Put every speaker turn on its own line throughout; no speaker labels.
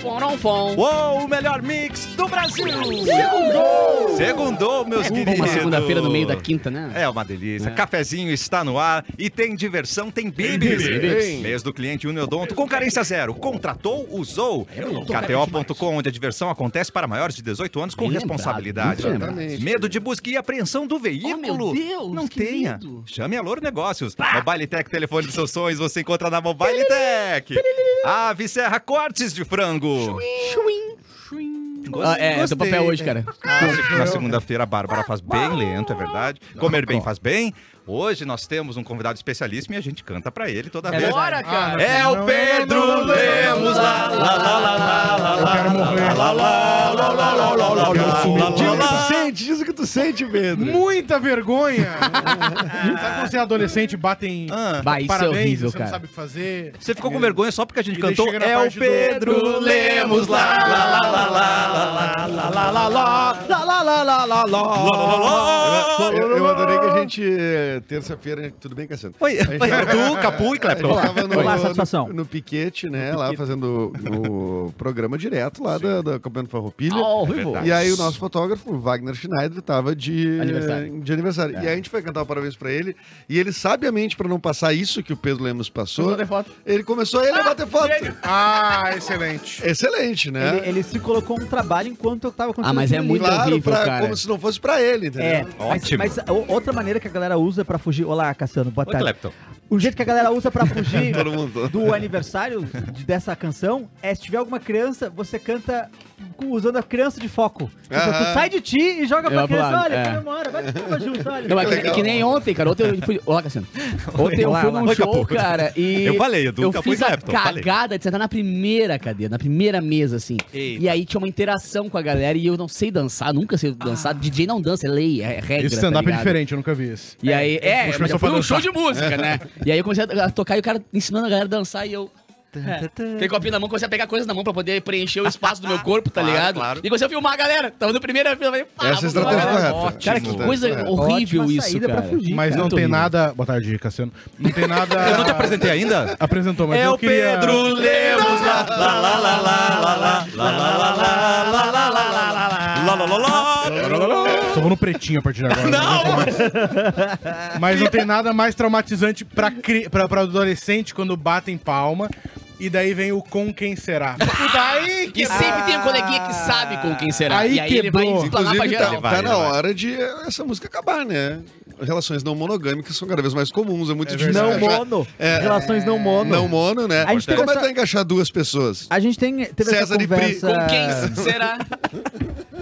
Fonfon.
Uou, o melhor mix do Brasil! Segundou! Segundou, meus queridos.
Uma É, segunda-feira no meio da quinta, né?
É uma delícia. Cafezinho está no ar e tem diversão, tem bibis.
bibis.
Mês do cliente Uniodonto com carência zero. Contratou, usou. KTO.com, onde a diversão acontece para maiores de 18 anos com
Bem lembrado,
responsabilidade.
muito lembrado. Oh,
Medo de busca e apreensão do veículo.
meu Deus,
Não
que
tenha.
medo. Ah!
Chame a Louro Negócios. Mobile Tech, telefone dos seus sonhos, você encontra na Mobile Tech. Ave Serra Cortes de Frango.
Chuim.
Gostei,
Ah, é, é do
gostei. né?
papel hoje, cara.
Na- Na segunda-feira a Bárbara faz bem lento, é verdade. Comer bem faz bem. Hoje nós temos um convidado especialíssimo e a gente canta pra ele toda vez.
Bora, cara.
É o Pedro Lemos lá, lá, lá, lá, lá, lá,
Eu quero morrer.
lá, lá, lá, lá, lá, lá, lá, lá, lá, lá,
Diz o
lá,
que tu
lá.
sente, diz o que tu sente, Pedro. Muita vergonha. sabe quando você é adolescente e bate em
Ah,
Vai, isso é
parabéns,
horrível,
você
cara.
não sabe o que fazer.
Você ficou com vergonha só porque a gente
E daí
cantou
chega na
É o
parte do-
Pedro Lemos lá, lá, lá, lá, lá, lá, lá, lá, lá, lá, lá, lá, lá, lá, lá, lá, lá, lá.
Eu, eu adorei que a gente, eh, terça-feira, tudo bem, Cassiano?
Oi,
A gente-
oi, Edu, Capu e
A gente
Clepton.
tava no,
Olá,
no-
satisfação.
no piquete, né? Lá fazendo o programa direto lá da, da Campeonato Farroupilha.
Ao vivo.
E aí o nosso fotógrafo, o Wagner Schneider, tava de
Aniversário.
de aniversário. E aí a gente foi cantar o parabéns pra ele. E ele, sabiamente, pra não passar isso que o Pedro Lemos passou,
Mandou foto.
ele começou ele a bater foto.
Ah, excelente.
Excelente, né?
Ele, ele se colocou um trabalho enquanto eu tava acontecendo.
Ah, mas é
aquilo
muito
claro,
horrível,
pra-
cara.
como se não fosse pra ele,
ali.
entendeu?
É,
Ótimo.
mas, mas o- outra maneira que a galera usa pra fugir. Olá, Cassiano, boa
Oi,
tarde.
Clepton.
O jeito que a galera usa pra fugir
Todo mundo.
do aniversário de- dessa canção é se tiver alguma criança, você canta com- usando a criança de foco. Tipo,
Aham.
tu sai de ti e joga pra
Eu pro
criança,
lado,
olha,
é.
comemora, vai pra cama junto, olha.
Não, é que, é que nem ontem, cara. Ontem eu fui. Olá, Cassiano. Ontem eu
Olá,
fui
olá.
num
Oi,
show,
Capu.
cara, e.
Eu falei, Edu,
Eu
Capu
fiz
e
a
Clapton, falei.
cagada de sentar na primeira cadeira, na primeira mesa, assim.
Eita.
E aí tinha uma interação com a galera e eu não sei dançar, nunca sei dançar. DJ não dança, é lei, é regra.
Esse stand-up
tá
é
ligado?
diferente, eu nunca vi esse.
E aí,
Puxa,
é, mas
começou
foi
pra
um show
dançar.
de música, né? E aí eu comecei a tocar e o cara ensinando a galera a dançar e eu.
É.
Fiquei com a pia na mão, comecei a pegar coisas na mão pra poder preencher o espaço do meu corpo, tá
Claro,
ligado?
claro.
E comecei a filmar a galera. Tava na primeira fila, falei, pá,
Essa é a
vamos
estratégia
lá.
correta. é
ótimo.
Cara, que
Estratégia
coisa
correta.
horrível
Ótima
isso,
saída
cara.
pra fugir,
Mas
cara.
não
tá
muito
tem
horrível.
nada. Boa tarde, Cassiano. Não tem nada.
Eu não te apresentei ainda?
Apresentou, mas
É
eu
o
queria.
Pedro Lemos lá, lá, lá, lá, lá, lá, lá, lá, lá, lá, lá, lá, lá, lá, lá, lá, lá, lá, lá, lá, lá.
Só vou no pretinho a partir de agora. Não! Mas não tem nada mais traumatizante pra, cri... pra, pra adolescente quando batem palma. E daí vem o com quem será.
E sempre tem um coleguinha que sabe com quem será.
Aí
e aí ele vai
quebrou.
explanar pra
Inclusive,
geral.
tá,
Vai,
tá na
vai.
hora de essa música acabar, né? Relações não monogâmicas são cada vez mais comuns, é muito difícil
Não
encaixar-
mono.
É.
Relações não mono.
Não mono, né?
A gente teve
Como é que
essa-
vai encaixar duas pessoas?
A gente tem, teve
César
essa
e Pri,
conversa...
Com
É.
quem será?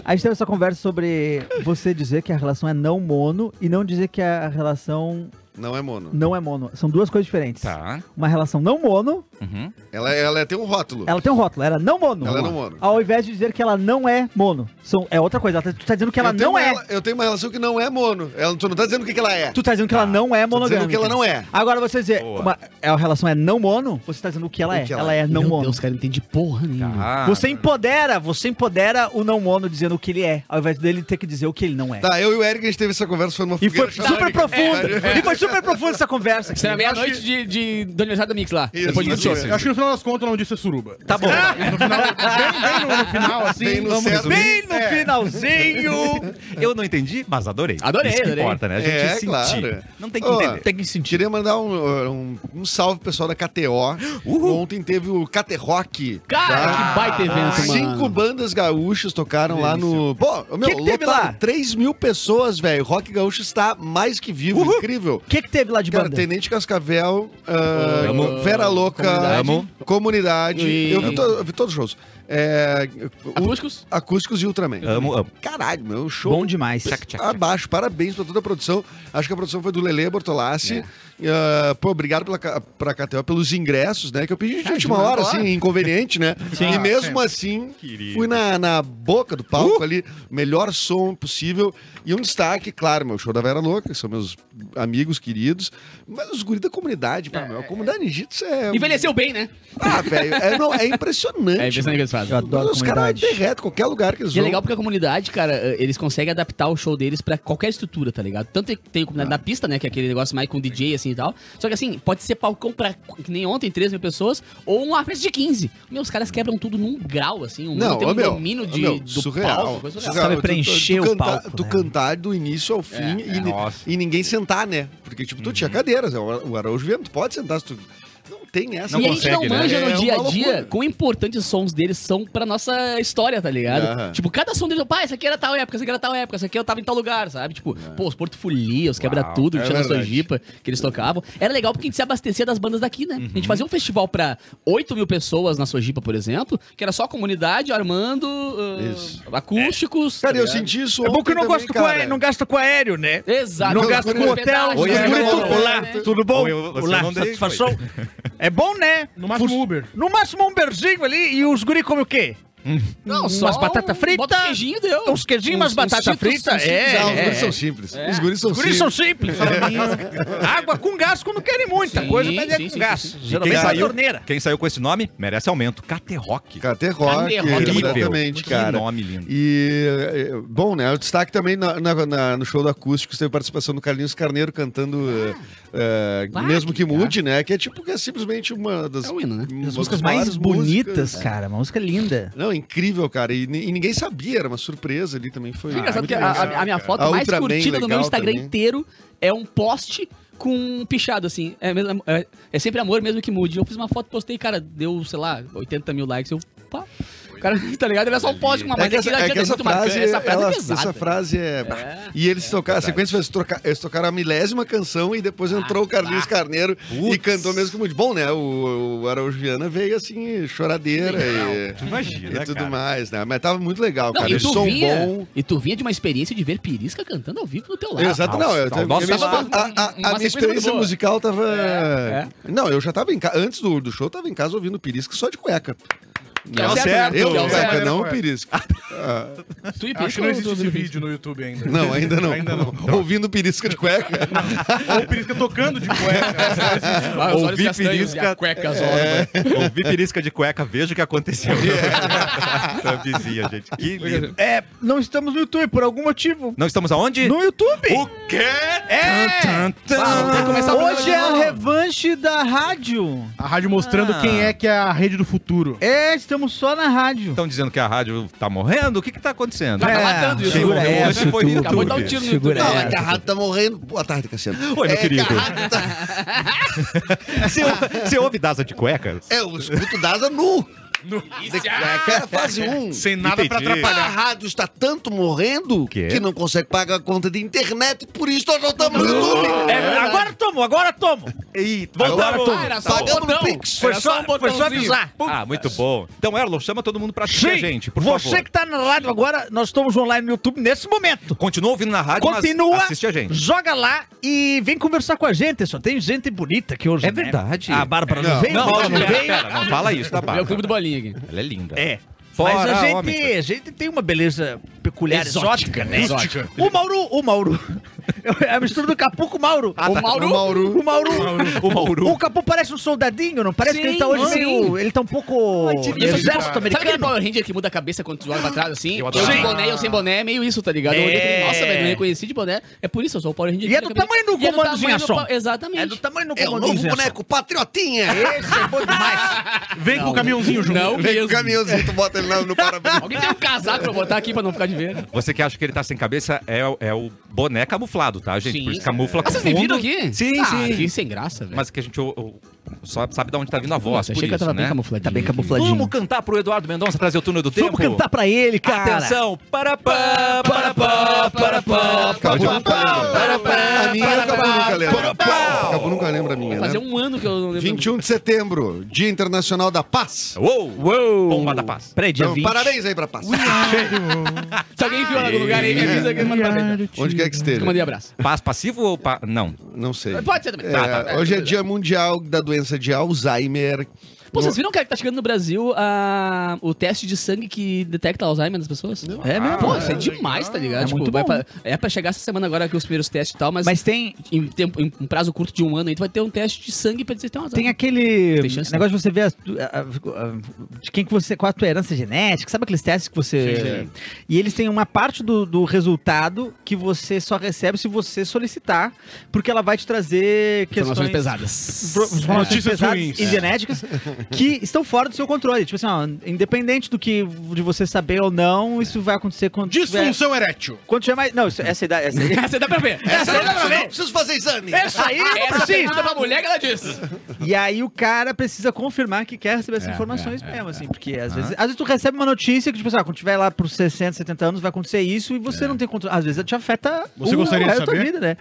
A gente teve essa conversa sobre você dizer que a relação é não mono e não dizer que a relação
Não é mono.
não é mono. São duas coisas diferentes.
Tá.
Uma relação não mono,
Uhum.
Ela, ela tem um rótulo.
ela tem um rótulo, ela é não mono.
Ela é não mono.
Ao invés de dizer que ela não é mono. São, é outra coisa. Ela tá- tu tá dizendo que ela
Eu tenho
não
uma
é.
rela- Eu tenho uma relação que não é mono. Ela, tu não tá dizendo o que, que ela é.
Tu tá dizendo que ela não é
tá
monogâmica.
dizendo que ela não é.
Agora você dizer,
Boa.
uma, a relação é não mono, você tá dizendo o que ela
O
é.
que
ela,
ela
é não
Meu
mono.
Deus, cara, não entende porra nenhuma.
Tá.
Você empodera, você empodera o não mono dizendo o que ele é, ao invés dele ter que dizer o que ele não é.
Tá, é eu e o Eric, a gente teve essa conversa, foi numa
E foi
fogueira
super profunda.
é
E foi super profunda essa conversa. aqui.
Será meia-noite de, de, do aniversário do Mix lá.
Isso,
depois do show.
isso, isso.
Eu acho que no final das contas o nome disso é suruba.
Tá bom.
No final, bem, bem no, no final, assim.
Bem no
vamos
centro.
resumir.
Bem no finalzinho.
Eu não entendi, mas adorei.
Adorei,
Isso que
adorei.
importa, né? A gente
É,
sentir.
claro.
Não tem que
Ó,
entender.
Tem que sentir.
Queria mandar um, um, um salve pro pessoal da KTO.
Uhul.
Ontem teve o KT Rock.
Cara,
tá?
Ah, que baita evento, mano.
Cinco bandas gaúchas tocaram lá no. Pô, meu,
Que que teve
lotaram
lá?
3 mil pessoas, velho. Rock gaúcho está mais que vivo, incrível.
O que, que teve lá de
Cara,
banda?
Tenente Cascavel, ah,
Amo.
Vera Louca,
Comunidade.
Amo. Comunidade.
E-
Eu, vi to- eu vi todos os shows. É, o-
Acústicos?
acústicos e Ultraman.
Amo, amo.
Caralho, meu show.
Bom demais.
Abaixo, parabéns pra toda a produção. Acho que a produção foi do Lele Bortolassi. Ah, pô, obrigado pela, ca- pra KTO pelos ingressos, né? Que eu pedi de última hora, assim, inconveniente, né? E mesmo assim,
Querido.
fui na, na boca do palco ali, melhor som possível. E um destaque, claro, meu show da Vera Louca, que são meus amigos queridos. Mas os guris da comunidade, pá, meu, a comunidade em Jitsu é.
Envelheceu bem, né?
Ah, velho, é, não, é impressionante.
É impressionante o que eles fazem.
Eu adoro
Os caras
comunidade.
derretem qualquer lugar que eles
E é
vão.
legal porque a comunidade, cara, eh, eles conseguem adaptar o show deles pra qualquer estrutura, tá ligado? Tanto tem- tem a
Ah.
comunidade da pista, né? Que é aquele negócio mais com DJ, assim e tal. Só que assim, pode ser palcão pra que nem ontem, 3 mil pessoas, ou uma festa de 15. Meu, os caras quebram tudo num grau, assim. Um
Não,
tem um
ô, meu,
domínio
ô,
de,
meu,
do
surreal,
palco. coisa surreal.
surreal.
Sabe
Tu- tu-
preencher
tu
o
cantar-
palco,
Tu
né?
cantar do início ao fim e, ni-
nossa.
e ninguém sentar, né? Porque, tipo, tu tinha cadeiras. O o Araújo mesmo, tu pode sentar se tu... Não tem essa.
Não
e a
consegue,
gente
né?
não manja
É uma
no dia a
loucura.
dia quão importantes os sons deles são pra nossa história, tá ligado?
Aham.
Tipo, cada som deles, pá, esse aqui era tal época, esse aqui era tal época, esse aqui eu tava em tal lugar, sabe? Tipo,
É.
pô, os Porto Folia, os Quebra
Uau,
Tudo,
é
o Xana
verdade.
Sojipa, que eles tocavam. Era legal porque a gente se abastecia das bandas daqui, né?
Uhum.
A gente fazia um festival pra 8 mil pessoas na Sojipa, por exemplo, que era só comunidade, Armando, ah,
Isso.
acústicos.
Cara,
tá
eu
ligado?
senti isso
É bom que
ontem
eu não
também,
gasto, com
cara.
aéreo, não gasto com aéreo, né?
Exato.
Não
Não,
gasto com
não,
hotel,
não,
os
não,
guri
não,
tudo
não,
lá.
não.
Tudo bom?
Ou eu- você
lá,
não dei,
satisfação. É bom, né?
No máximo Uber.
No máximo um berzinho ali e os guri comem o quê?
Não,
umas
só
batata
um-
frita.
Bota um queijinho, deu.
Uns queijinhos, umas
Uns- uns
batata
Cheetos,
frita.
uns
É,
Ah, os
é,
guris
é.
são simples. Os guris são
Os guris
simples.
são simples. Água com gás quando querem muita
Sim,
coisa, mas é
sim,
com
sim,
gás.
sim, sim.
Geralmente na torneira.
quem saiu com esse nome merece aumento. KT Rock.
Cara, até
Tá
rock,
Cadê rock?
exatamente,
que
cara.
nome lindo.
E, eh, bom, né? O destaque também na- na- na- no show do Acústicos teve participação do Carlinhos Carneiro cantando eh, eh,
Ah,
Mesmo que
que legal.
Mude, né? Que é tipo que é simplesmente uma das.
É o hino, né?
uma
um As
das
músicas
maiores
mais bonitas,
músicas.
cara. Uma música linda.
Não, incrível, cara. E, ni- e ninguém sabia, era uma surpresa ali também.
Ah, é
Foi.
Que engraçado
muito
que a,
legal.
a- a minha foto
A
mais
Ultraman
curtida do meu
legal
Instagram
também.
inteiro é um post com um pichado, assim. É, mesmo- é- é sempre amor mesmo que mude. Eu fiz uma foto, postei, cara, deu, sei lá, 80 mil likes. Eu, pá. Cara, tá ligado? Era só um post com uma
É
mas
que essa,
aqui não
é que
adianta,
essa
muito marcante.
frase,
Essa frase
ela-
é pesada.
essa frase é-
É.
E eles tocaram, a
verdade.
sequência foi eles, troca- eles tocaram a milésima canção e
Ah,
depois entrou o Carlinhos Carneiro e
Putz.
cantou mesmo como de bom, né? O, o Araújo Viana veio assim, choradeira e,
Tu imagina,
e tudo
cara.
mais, né? Mas tava muito legal,
Não,
cara.
e,
Eles
tu
som
vinha,
bom.
e tu vinha de uma experiência de ver Pirisca cantando ao vivo no teu lado.
Exato, não. Eu,
nossa,
eu-
nossa,
eu-
tava
a- a- a
uma sequência
minha experiência
muito boa.
musical tava.
É,
Não, eu já tava em casa. Antes do, do show, eu tava em casa ouvindo Pirisca só de cueca.
Que é o
Não,
certo,
certo.
né?
Eu,
Que é o certo.
cueca,
certo.
não o Pirisca. Ah.
Tu e
Acho que
Pirisca
não
tu-
existe
tu-
esse
tu-
vídeo no YouTube ainda.
Não, ainda não.
Ainda não.
Ouvindo pirisca de cueca.
Ou É o Pirisca tocando de cueca.
Ah, os olhos
Ouvi
castanhos
Pirisca-
e a cueca
é.
azul, né?
Ouvi pirisca de cueca, veja o que aconteceu.
É.
Essa vizinha, gente. Que lindo.
É, não estamos no YouTube por algum motivo.
Não estamos aonde?
No YouTube.
O quê? Tan, tan, tan.
Ah, vamos ter que começar o programa
Hoje
de
é a
novo.
revanche da rádio.
A rádio mostrando
Ah.
quem é que é a rede do futuro.
É, estamos só na rádio.
Estão dizendo que a rádio tá morrendo? O que que tá acontecendo?
Tá matando isso.
Quem
segura
morreu
essa,
hoje foi o
YouTube.
Acabou de dar um
YouTube.
tiro no
Segura
YouTube.
essa.
Não,
Não, é que a rádio tá morrendo. Boa tarde, Cassiano.
Oi, meu
é
querido.
Que a rádio tá...
Você ouve- Você ouve Daza de cuecas?
Eu É, escuto Daza nu. De cueca, é fase 1.
Sem nada pra
Entendi.
A
atrapalhar.
rádio está tanto morrendo
Quê?
que não consegue pagar a conta de internet, por isso nós voltamos no YouTube.
É, agora tomo, agora tomo.
Eita,
Agora
voltamos.
tô-
era só um
Pagamos no
botão.
Pix.
Foi
Era
só,
só um
foi só
botãozinho.
avisar.
Ah, muito bom. Então, Erlon, chama todo mundo pra assistir a gente, por
você
favor.
que tá na rádio agora, nós estamos online no YouTube nesse momento.
Continua ouvindo na rádio,
Continua,
mas assiste a gente.
joga lá e vem conversar com a gente. Só tem gente bonita aqui hoje.
É
né?
verdade.
A Bárbara não,
Não,
vem, a Paula não
pera,
vem.
pera, não fala isso da
É o
Bárbara.
clube do bolinha aqui.
Ela é linda.
É.
Fora
Mas a gente,
homens.
a gente tem uma beleza peculiar, exótica, né?
Exótica.
O Mauro, o Mauro. É a mistura do Capu com o Mauro.
Ah, tá.
O Mauro.
O Mauro.
O Mauro.
O Capu parece um soldadinho, não parece
Sim,
que ele tá hoje
sim.
meio... Ele tá um pouco...
E eu sou tipo,
exército
sabe aquele
americano.
Power Ranger que muda a cabeça quando tu olha pra trás assim?
Eu
Eu,
adoro.
de
Sim.
boné, eu sem boné, é meio isso, tá ligado? Eu olhei e falei,
É.
nossa, velho, não reconheci de boné. É por isso, eu sou o Power Ranger.
E é
que
do
muda a cabeça.
tamanho do
E é do
comando
tamanho
em
do
ação.
pa- Exatamente.
É do tamanho do
É o novo boneco patriotinha.
Esse é bom demais.
Vem com o caminhãozinho junto.
Não
Vem com
mesmo.
o caminhãozinho, tu bota ele lá no parabéns.
Alguém tem um casaco pra botar aqui pra não ficar de ver?
Você que acha que ele tá sem cabeça é, o- é o boné camuflado, tá, gente?
Sim.
Por isso camufla
Ah,
com
vocês me viram
fundo.
aqui?
Sim,
ah,
sim.
Que sem graça, velho.
Mas que a gente o- o- só sabe de onde tá vindo a voz,
Nossa,
por
achei que eu
isso,
tava
né?
bem camufladinho.
Tá bem camufladinho.
Vamos cantar pro Eduardo Mendonça trazer o túnel do tempo?
Vamos cantar pra ele, cara.
Atenção! Para pá, para pá, para pá.
Acabou nunca lembra. A minha acabou nunca lembra. Acabou nunca lembra a minha,
Fazer
né?
um ano que eu não lembro.
21 de setembro, Dia Internacional da Paz.
Uou! Uou! Bomba da paz.
Peraí, dia
Então,
20.
parabéns aí pra Paz.
Se alguém viu em algum lugar aí, me avisa que eu mando pra frente.
Onde quer que é?
Eu
esteja.
mandei abraço.
Paz passivo ou pa... Não.
Não sei.
Pode ser também.
É,
Tá, tá, tá.
hoje é dia mundial da doença de Alzheimer.
Pô, vocês viram, cara, que tá chegando no Brasil ah, o teste de sangue que detecta Alzheimer nas pessoas?
É mesmo?
Pô,
Ah,
isso é demais, tá ligado?
É
tipo,
muito
vai
bom.
pra- é pra chegar essa semana agora que os primeiros testes e tal, mas,
Mas tem,
em, tempo, em um prazo curto de um ano aí, tu vai ter um teste de sangue pra dizer que tem um
tem
Alzheimer.
aquele
Tem chance,
negócio de você ver as tu- a- a- de quem que você, qual a tua herança genética, sabe aqueles testes que você... E eles têm uma parte do, do resultado que você só recebe se você solicitar, porque ela vai te trazer questões...
Informações pesadas.
pro- informações
Notícias
É. pesadas
ruins.
e genéticas que estão fora do seu controle. Tipo assim, ó, independente do que de você saber ou não, isso vai acontecer quando tiver...
Disfunção erétil.
Quando tiver mais... Não, isso, essa idade... Essa aí-
Você dá pra ver.
Essa eu não,
é.
não preciso fazer exame.
Essa aí não
Essa
precisa.
pergunta tá pra mulher que ela disse.
E aí o cara precisa confirmar que quer receber essas
É,
informações
é,
mesmo, assim, porque às vezes, às vezes tu recebe uma notícia que, tipo, assim, ah, quando tiver lá pros 60, 70 anos, vai acontecer isso e você não tem controle. Às vezes te afeta
Você
o
gostaria de
resto da tua
saber?
vida, né?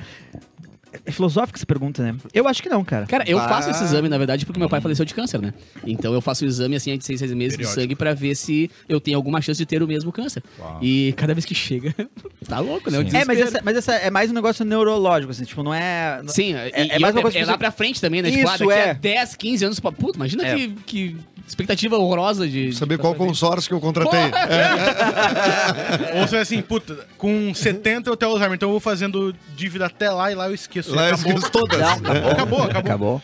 É filosófica essa pergunta, né? Eu acho que não, cara.
Cara, eu
Bah.
faço esse exame, na verdade, porque meu pai faleceu de câncer, né? Então eu faço o exame, assim, de seis, seis meses
Periódico.
de sangue pra ver se eu tenho alguma chance de ter o mesmo câncer. E cada vez que chega, tá louco, né? Eu
É, mas essa, mas essa é mais um negócio neurológico, assim, tipo, não é.
Sim,
É-
e,
é
e
mais uma
é-
coisa que
é
você-
lá pra frente também, né? Tipo,
Isso,
ah, daqui
é.
a 10, 15 anos... pra- Puta, imagina
É.
que, que expectativa horrorosa de...
Saber
de
qual
passar
consórcio que eu contratei. É,
Ou você é assim, puta, com 70 eu tenho Alzheimer, então eu vou fazendo dívida até lá e lá eu esqueço.
Lá eu
Acabou.
esqueço todas.
Acabou, acabou.
Acabou.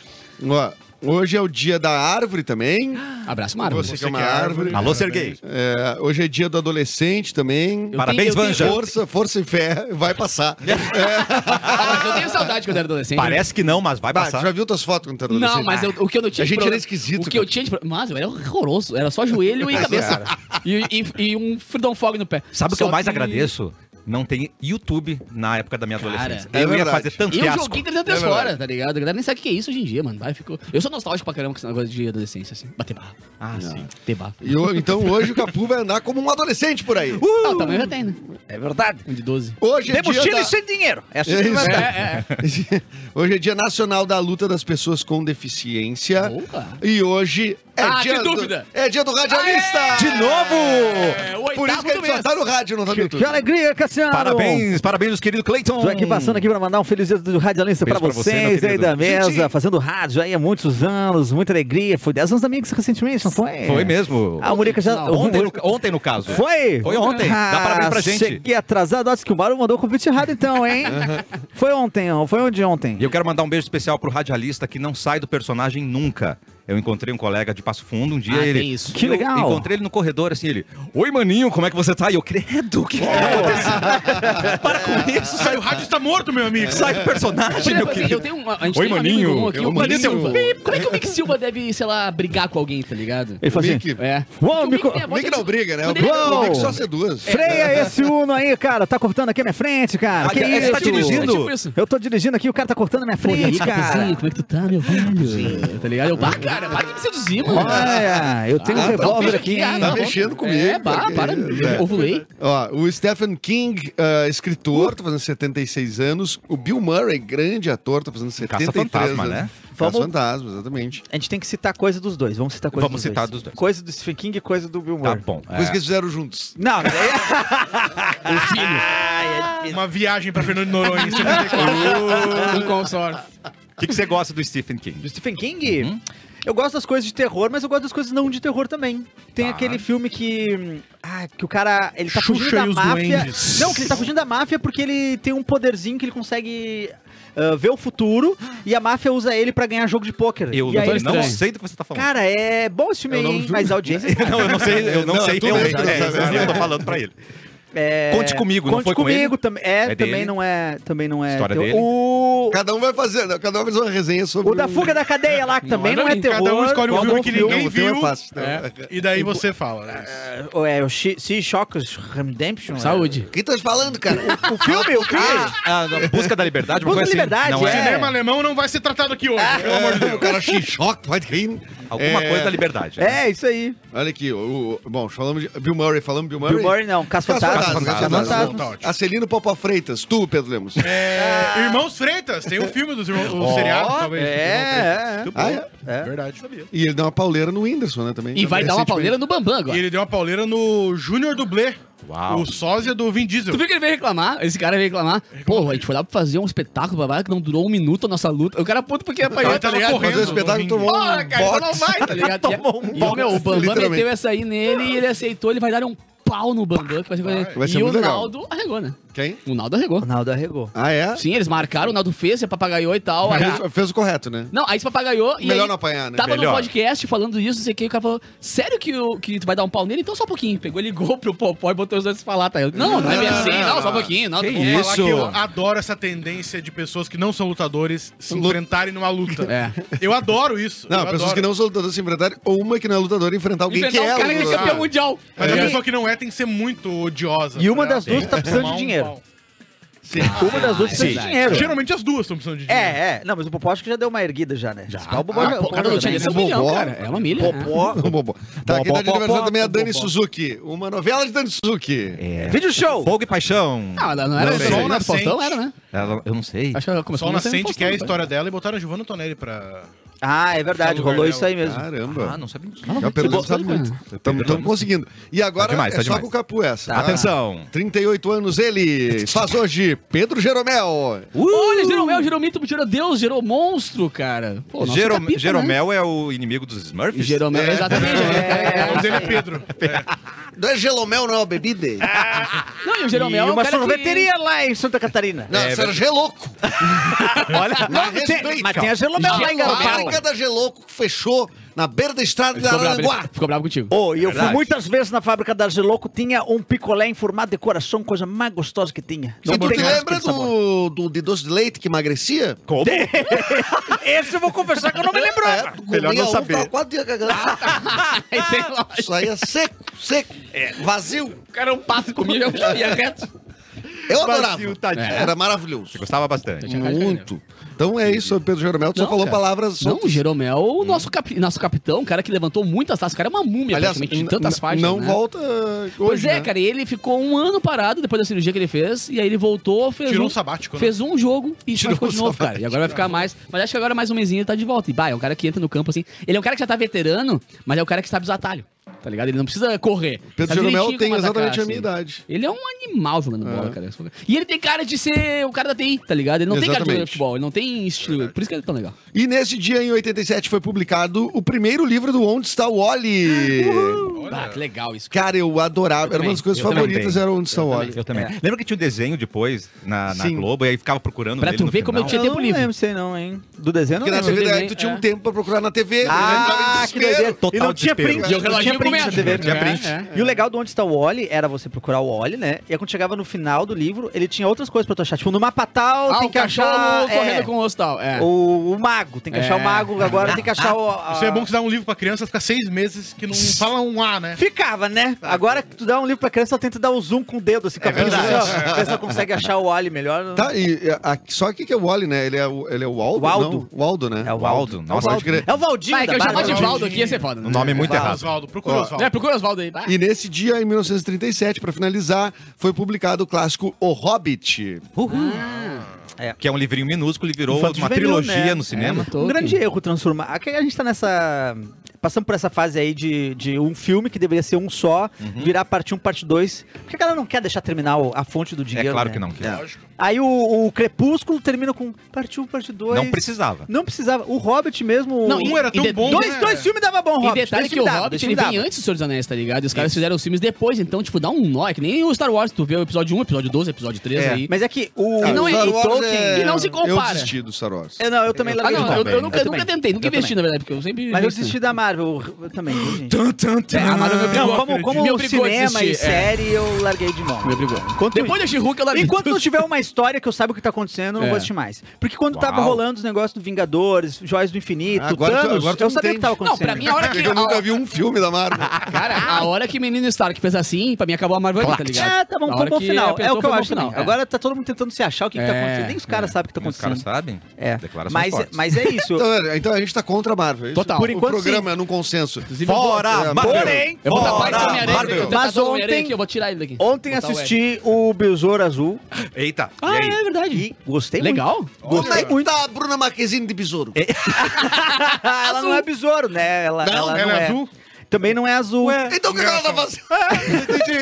Ó, hoje é o dia da árvore também.
dentro. Abraço, Marvel.
Você que
Você
é uma
que é
árvore.
árvore.
Alô, Serguei.
É, hoje é dia do adolescente também.
Eu
Parabéns,
tenho- É, eu
Vanja.
tenho-
Força, força e fé, vai passar.
Ah, mas eu tenho saudade quando eu era adolescente.
Parece que não, mas vai
Bah, tu
passar.
Tá, já viu tuas fotos Ah. quando tu era adolescente?
Não, mas eu- o que eu não tinha
A gente
pro-
era esquisito,
O que
cara.
eu tinha de... pro- Mas eu era horroroso. Era só joelho e cabeça. E, e- e um Freedom Fog no pé.
Sabe o que
Só
eu mais agradeço? Não tem YouTube na época da minha
Cara,
adolescência.
é
eu ia
verdade.
fazer tanto
Eu
fiasco.
joguei 300
É
fora, tá ligado? A galera nem sabe o que é isso hoje em dia, mano. Vai, ficou... Eu sou nostálgico pra caramba com esse negócio de adolescência, assim. Bater barra.
Ah, sim.
Bater barra.
E ho- então hoje o Capu vai andar como um adolescente por aí.
Ah, o tamanho já tem, né?
É verdade.
Um de 12.
Hoje é,
De
dia
mochila
da...
e sem dinheiro. Essa
É
é,
isso.
é,
hoje é dia nacional da luta das pessoas com deficiência.
Opa.
E hoje é
Ah,
dia
de dúvida.
do... É dia do radialista!
De novo!
É, o
Por isso
oitavo
que
do
ele só
mês.
tá no rádio, não tá no YouTube.
Que é alegria, Cassiano!
Parabéns, parabéns, nosso querido Cleiton.
Tô aqui passando aqui para mandar um feliz dia do Radialista
Beijo
para
pra você, meu
vocês aí
querido.
da mesa,
Gente.
fazendo rádio aí há muitos anos, muita alegria. Foi 10 anos da minha que recentemente, não foi?
Foi mesmo.
Ah, o Murica já.
Não,
o-
Ontem,
o-
no, ontem, no caso.
Foi? Ah,
Foi ontem. Dá parabéns pra gente.
Cheguei atrasado. Acho que o Mauro mandou o convite errado, então, hein? foi ontem, ó. Foi onde ontem?
E eu quero mandar um beijo especial pro radialista que não sai do personagem nunca. Eu encontrei um colega de Passo Fundo um dia
Ah,
ele.
tem isso.
Que
eu
legal.
Encontrei ele no corredor, assim, ele. Oi, maninho, como é que você tá? E eu, credo, o que, que tá acontecendo? Para com isso, sai,
Sai, o rádio está morto, meu amigo.
sai do
Por
personagem, meu
exemplo, assim, eu
querido.
tenho um, a gente
Oi,
tem um
maninho.
amigo comum aqui,
Oi,
o Mick
maninho.
Silva. Como é que o Mick Silva deve, sei lá, brigar com alguém, tá ligado?
Ele falou assim:
Mickey,
É.
Uou,
Porque o
Mico-
tem a voz
Mickey é- não
assim-
briga, né? O
quando
Mickey
ele-
Uou.
o Mickey só ser duas.
É,
freia esse Uno aí, cara. Tá cortando aqui a minha frente, cara.
Ah,
que
é,
isso?
você tá dirigindo? assim,
É tipo isso.
Eu tô dirigindo aqui, o cara tá cortando a minha
Pô, e aí,
frente, cara.
Capuzinho, como é que tu tá, meu velho? tá ligado? Eu, bah, cara, para de me seduzir, mano.
Olha, eu tenho um
Ah, tá um
revólver
beijo
aqui.
aqui, ah,
hein?
Tá
não.
mexendo comigo.
É, bah,
cara.
para.
É.
Eu Ovulei.
Ó, o Stephen King, ah, escritor, tá fazendo 76 anos. O Bill Murray, grande ator, tá fazendo 73
Caça-fantasma,
anos.
né?
Caça
Vamos-
Fantasma, exatamente.
A gente tem que citar coisa dos dois. Vamos citar coisa
Vamos
dos
citar
dois.
dos dois.
Coisa do Stephen King e coisa do Bill
Tá
Murray.
bom.
Coisa que eles fizeram juntos.
Não, é daí-
Uma viagem pra Fernando de Noronha em 74.
Uh,
Um consórcio.
O que, que você gosta do Stephen King?
Do Stephen King? Eu gosto das coisas de terror, mas eu gosto das coisas não de terror também. Tem
Tá.
aquele filme que. hum, Ah, que o cara. Ele tá
Xuxa
fugindo
e
da
os
máfia.
Duendes.
Não, que ele tá fugindo da máfia porque ele tem um poderzinho que ele consegue. ah, ver o futuro e a máfia usa ele pra ganhar jogo de pôquer.
Eu
e aí
não
ele-
estranho.
sei do que você tá falando.
Cara, é bom esse filme
Eu
aí,
não
hein?
vi.
Mas a audiência.
Não, eu não sei, eu não,
Não,
sei
tu
realmente.
mesmo,
é,
tu
isso
sabe.
eu tô falando pra ele.
É,
Conte comigo, não
Conte
foi com
comigo
ele?
também. É,
É
também
dele.
não é. Também não é.
História
teu-
dele.
O,
Cada um vai fazer, né? cada um vai fazer uma resenha sobre.
o da fuga da cadeia lá, que
Não
também
é
não, é
ruim.
terror.
Cada um escolhe um
é
filme
bom
que
filme.
ninguém
Não, o teu
viu.
é fácil, então.
E daí você fala. né?
Ou é o She- Sea Shockers Redemption? é?
Saúde.
O que tá falando, cara?
O filme, o filme.
Ah, a busca da liberdade, uma
Busca
coisa
da
assim.
Liberdade,
Não é,
é.
Cinema alemão não vai ser tratado aqui hoje, pelo amor de
o
Deus.
cara xixoca, vai rir.
alguma
É.
coisa da liberdade. né?
é, isso aí.
Olha aqui, o, o- bom, falamos de Bill Murray, falamos Bill Murray.
Bill Murray não, Caso Fantasma.
Caça-fantasmas,
Caça-fantasmas.
Caça-fantasmas. Acelino Popa Freitas, tu, Pedro Lemos.
É, Irmãos Freitas, tem um filme dos irmãos, o seriado,
É,
talvez.
é.
Ah, é?
É verdade, sabia.
E ele deu uma pauleira no Whindersson, né, também.
E vai dar uma
Recentemente.
pauleira no Bambam
E
agora.
ele deu uma pauleira no Júnior Dublê.
Uau.
O sósia do Vin Diesel.
Tu viu que ele veio reclamar? Esse cara veio reclamar. Pô, a gente foi lá pra fazer um espetáculo babá que não durou um minuto a nossa luta. O cara puto porque apanhou,
Ele
tá
tava
ligado?
Fazer um
correndo.
espetáculo
no
tomou um
Porra, cara, então não
box.
vai, tá ligado?
Tomou um
e, e, meu, o
box,
Bambam
literalmente.
meteu essa aí nele e ele aceitou, ele vai dar um pau no Bambam. Que vai ser coisa-
Vai ser
e o
muito legal.
Naldo arregou, né?
Quem?
O Naldo arregou.
Ronaldo arregou.
Ah, é?
Sim, eles marcaram, o Naldo fez, se papagaiou e tal. aí-
Fez, fez o correto, né?
Não, aí se papagaiou e
Melhor
aí
não apanhar, né?
tava
Melhor.
no podcast falando isso, não sei o que, e o cara falou, sério que, o- que tu vai dar um pau nele? Então só um pouquinho. Pegou, ligou pro Popó e botou os dois pra falar, tá? Eu, não, não é bem assim, não, só um pouquinho. Não,
Que
tá bom.
Vou falar
isso?
que eu adoro essa tendência de pessoas que não são lutadores se
Lu-
enfrentarem numa luta.
É.
Eu adoro isso.
Não,
eu
pessoas
adoro.
que não são lutadoras se enfrentarem, ou uma que não é lutadora enfrentar alguém
Enfrentar
que é
um cara que é
lutador.
campeão mundial.
Mas a
É.
pessoa que não é tem que ser muito odiosa.
E uma
tá
das
ligado?
duas tá precisando de
Tomar um
dinheiro.
pau. É,
Uma das duas precisa de
verdade.
dinheiro.
Geralmente as duas estão precisando de dinheiro.
É, é. Não, mas o Popó acho que já deu uma erguida já, né? Já. O Popó,
Ah, pô, cara, não
já-
tinha esse
Bobó.
milhão, cara. É uma milha. né?
Popó.
Bom, bom. Tá, quem tá de
Bom, bom,
aniversário
bom,
também é a
bom,
Dani
bom.
Suzuki. Uma novela de Dani Suzuki.
Vídeo show!
É. Fogo e paixão.
Não, ela Ah, não era
Não
não
sei.
Sol
Nascente.
Faustão, era, né?
Ela- eu não sei.
Acho que ela começou né?
Sol
a
Nascente, que é a
né?
história dela, e botaram a Giovanna Tonelli pra.
Ah, é verdade,
Falou
rolou
Gardel.
isso aí mesmo.
Caramba.
Ah, não sabia disso.
Já perdemos
Tá
muito. Estamos conseguindo. E agora
Tá demais,
é
tá
só
demais.
com o Capu essa. tá?
Atenção.
38 anos ele. Faz hoje Pedro Jeromel.
Olha, Jeromel, Jeromito, gerou Deus, gerou monstro, cara. Pô, nossa,
Jero-
capita, né?
Jeromel é o inimigo dos Smurfs?
Jeromel,
É.
exatamente. né, cara?
O nome dele é Pedro.
Não é Gelomel, não é uma bebida?
Não, e o Jeromel
e
é um
uma
cara que-
sorveteria lá em Santa Catarina.
Não,
É,
isso era Geloco.
Olha,
Não,
mas
respeita.
tem, mas tem a Gelomel lá em
A
Garopaba.
fábrica da Geloco que fechou na beira da estrada de
Ficou bravo, ele
Araranguá.
ficou bravo contigo.
Oh, e eu fui
verdade.
muitas vezes na fábrica da Geloco, tinha um picolé em formato de coração, coisa mais gostosa que tinha. tá
E tu te
mais
lembra
um que sabor.
do, do de doce de leite que emagrecia?
Como?
Ah, Esse eu vou confessar que eu não me lembro.
É, tu
Ah, Melhor
comia
não
um,
saber. Ah,
tava quatro dias cagando.
Aí tem lá,
Isso aí é seco, seco,
é.
vazio.
o cara um passo comigo, eu ia reto.
Eu adorava.
Vazio, tadinho.
Era maravilhoso.
Gostava bastante.
tinha cara de
Muito. Então é isso, Pedro Jeromel. Tu só
Não,
falou
cara.
palavras
Não, o
soltas.
Jeromel, o nosso, capi- nosso capitão, o cara que levantou muitas taças. O cara é uma múmia,
Aliás,
praticamente, de
n-
tantas
n-
faixas,
não
né?
volta hoje,
Pois é,
né?
cara, e ele ficou um ano parado depois da cirurgia que ele fez, e aí ele voltou, fez
Tirou
um,
um sabático, né?
fez um jogo e
Tirou
ficou
um
de novo, cara. E agora vai ficar mais, mas acho que agora mais um mesinho ele tá de volta. E bah, é um cara que entra no campo assim, ele é um cara que já tá veterano, mas é o cara que sabe os atalhos, tá ligado? Ele não precisa correr.
Pedro
Sabe
Jeromel
direitinho
tem
como atacar,
exatamente a
assim.
minha idade. É.
Ele é um animal jogando bola, cara. E ele tem cara de ser o cara da TI, tá ligado? Ele não tem cara de
Exatamente.
jogar futebol, ele não tem estilo. Por isso que ele é tão legal.
E nesse dia, em 87, foi publicado o primeiro livro do Onde Está o Wally.
Ah, que legal isso.
Cara, eu adorava. Era
também,
uma das coisas
eu também.
favoritas, era Onde Está o Wally.
Eu também. Lembra que tinha o desenho depois na, na
Sim.
Globo e aí ficava procurando
Pra
nele
tu
no
ver como
final?
eu tinha tempo livre.
sei não, hein? Do desenho eu
Porque na
lembro.
TV
Eu
daí
também,
tu tinha
é.
um tempo pra procurar na TV.
Ah,
né?
que
Entrava em
doideira.
desespero.
E não tinha
desespero.
print.
E o
não tinha
reloginho
print né? na
comendo.
TV.
Tinha
É,
print.
é.
E o legal do Onde Está o Wally era você procurar o Wally, né? E aí quando chegava no final do livro, ele tinha outras coisas pra tu achar. Tipo, no mapa tal,
Ah,
tem
o
que
cachorro
achar... é,
correndo com o hostal. É.
o, o mago, tem que achar o
É.
mago agora, tem que achar o... a-
Isso é bom que você dá um livro pra criança, fica seis meses que não fala um A, né?
Ficava, né? Agora que tu dá um livro pra criança, só tenta dar o zoom com o dedo, assim, com a pinça.
verdade.
assim, ó. A pessoa consegue achar o Wally melhor.
Tá, e a- a- só que que é o Wally, né? Ele é o, ele é o Aldo,
Waldo.
não? O Aldo, né?
É o
Waldo.
Waldo.
Nossa,
Pode crer.
É o Valdinho
Vai, que
da
eu chamar
Bárbara.
de
Valdinho.
Valdo aqui ia ser foda.
O
Né?
nome é muito errado.
Oswaldo, procura
Ó,
Oswaldo.
É, procura o Osvaldo aí. vai.
E nesse dia, em 1937, pra finalizar, foi publicado o clássico O Hobbit.
Uhul.
Que é um livrinho minúsculo e virou
Infanto
uma
juvenil,
trilogia
né?
no cinema.
Tolkien.
Um grande erro transformar. Aqui a gente tá nessa. Passamos por essa fase aí de, de um filme que deveria ser um só, virar parte 1, parte 2. Porque a galera não quer deixar terminar o- a fonte do
É,
dinheiro.
claro
né?
que não. que
Aí o, o Crepúsculo termina com parte 1, parte 2.
Não precisava.
Não precisava. O Hobbit mesmo.
Não,
o-
e-
Um era tão
de-
bom.
dois,
né?
dois filmes dava bom,
E
Hobbit.
detalhe
dois
que o
filmes dava,
Hobbit
dois
ele
filmes
vem
dava.
antes do Senhor dos Anéis, tá ligado? E os caras fizeram os filmes depois, então, tipo, dá um nó, é que nem o Star Wars, tu vê o episódio 1, episódio 12, episódio 3
É,
aí.
Mas é que o.
E não
o
é-
Star
e
Wars
Tolkien,
é-
e não se compara.
Eu desisti do Star Wars.
Eu, não, eu também
Ah,
larguei
não,
de
eu,
mão.
eu nunca,
Eu
nunca
também.
tentei, nunca
Eu
investi, na verdade, porque eu sempre.
Mas eu
investi.
desisti da Marvel. Eu também, viu, gente.
É, a Marvel me obrigou,
Não, como,
acredito.
como
me obrigou a
cinema e
desistir, é.
série, eu larguei de mão.
Me obrigou.
Enquanto-
Depois da She-Hulk, eu larguei.
Enquanto
tudo.
não tiver uma história que eu saiba o que tá acontecendo, eu não
É.
vou assistir mais. Porque quando tava
Uau.
rolando os negócios do Vingadores, Joias do Infinito,
Agora tu-
Thanos,
agora tu
eu sabia o
entende.
que tava
Não,
acontecendo.
pra mim, é a hora que.
Eu nunca
a-
vi um filme da Marvel.
Cara, a hora que Menino Stark fez assim, pra mim acabou a Marvel, ali, tá ligado?
É, tá bom,
Na
foi
hora
bom
que
final. É
apertou,
o que eu
foi bom
acho também.
final, é.
Agora tá todo mundo tentando se achar o que, que tá
É,
acontecendo. Nem os caras sabem o que
Os
tá acontecendo.
caras sabem.
É.
Declarações
Mas,
fortes.
mas é isso.
Então, é, então a gente tá contra a Marvel. é isso?
Total. Por
o
enquanto,
programa é num consenso.
Inclusive, eu vou-
Fora,
É,
Marvel.
Porém,
Eu vou tapar esse
Fora,
Homem-Aranha.
Marvel.
eu vou tapar
Mas
todo o Homem-Aranha
ontem-
aqui, Eu vou tirar ele daqui.
Ontem
Botar o Eric.
assisti o Besouro Azul
Eita.
Ah,
e aí?
é verdade.
e gostei
Legal.
muito. Gostei
Como é que
muito.
tá a Bruna Marquezine de Besouro?
ela não é besouro, né? Ela,
Não,
ela
ela
não
é
é
azul?
Também não é azul.
Então o que ela tá fazendo?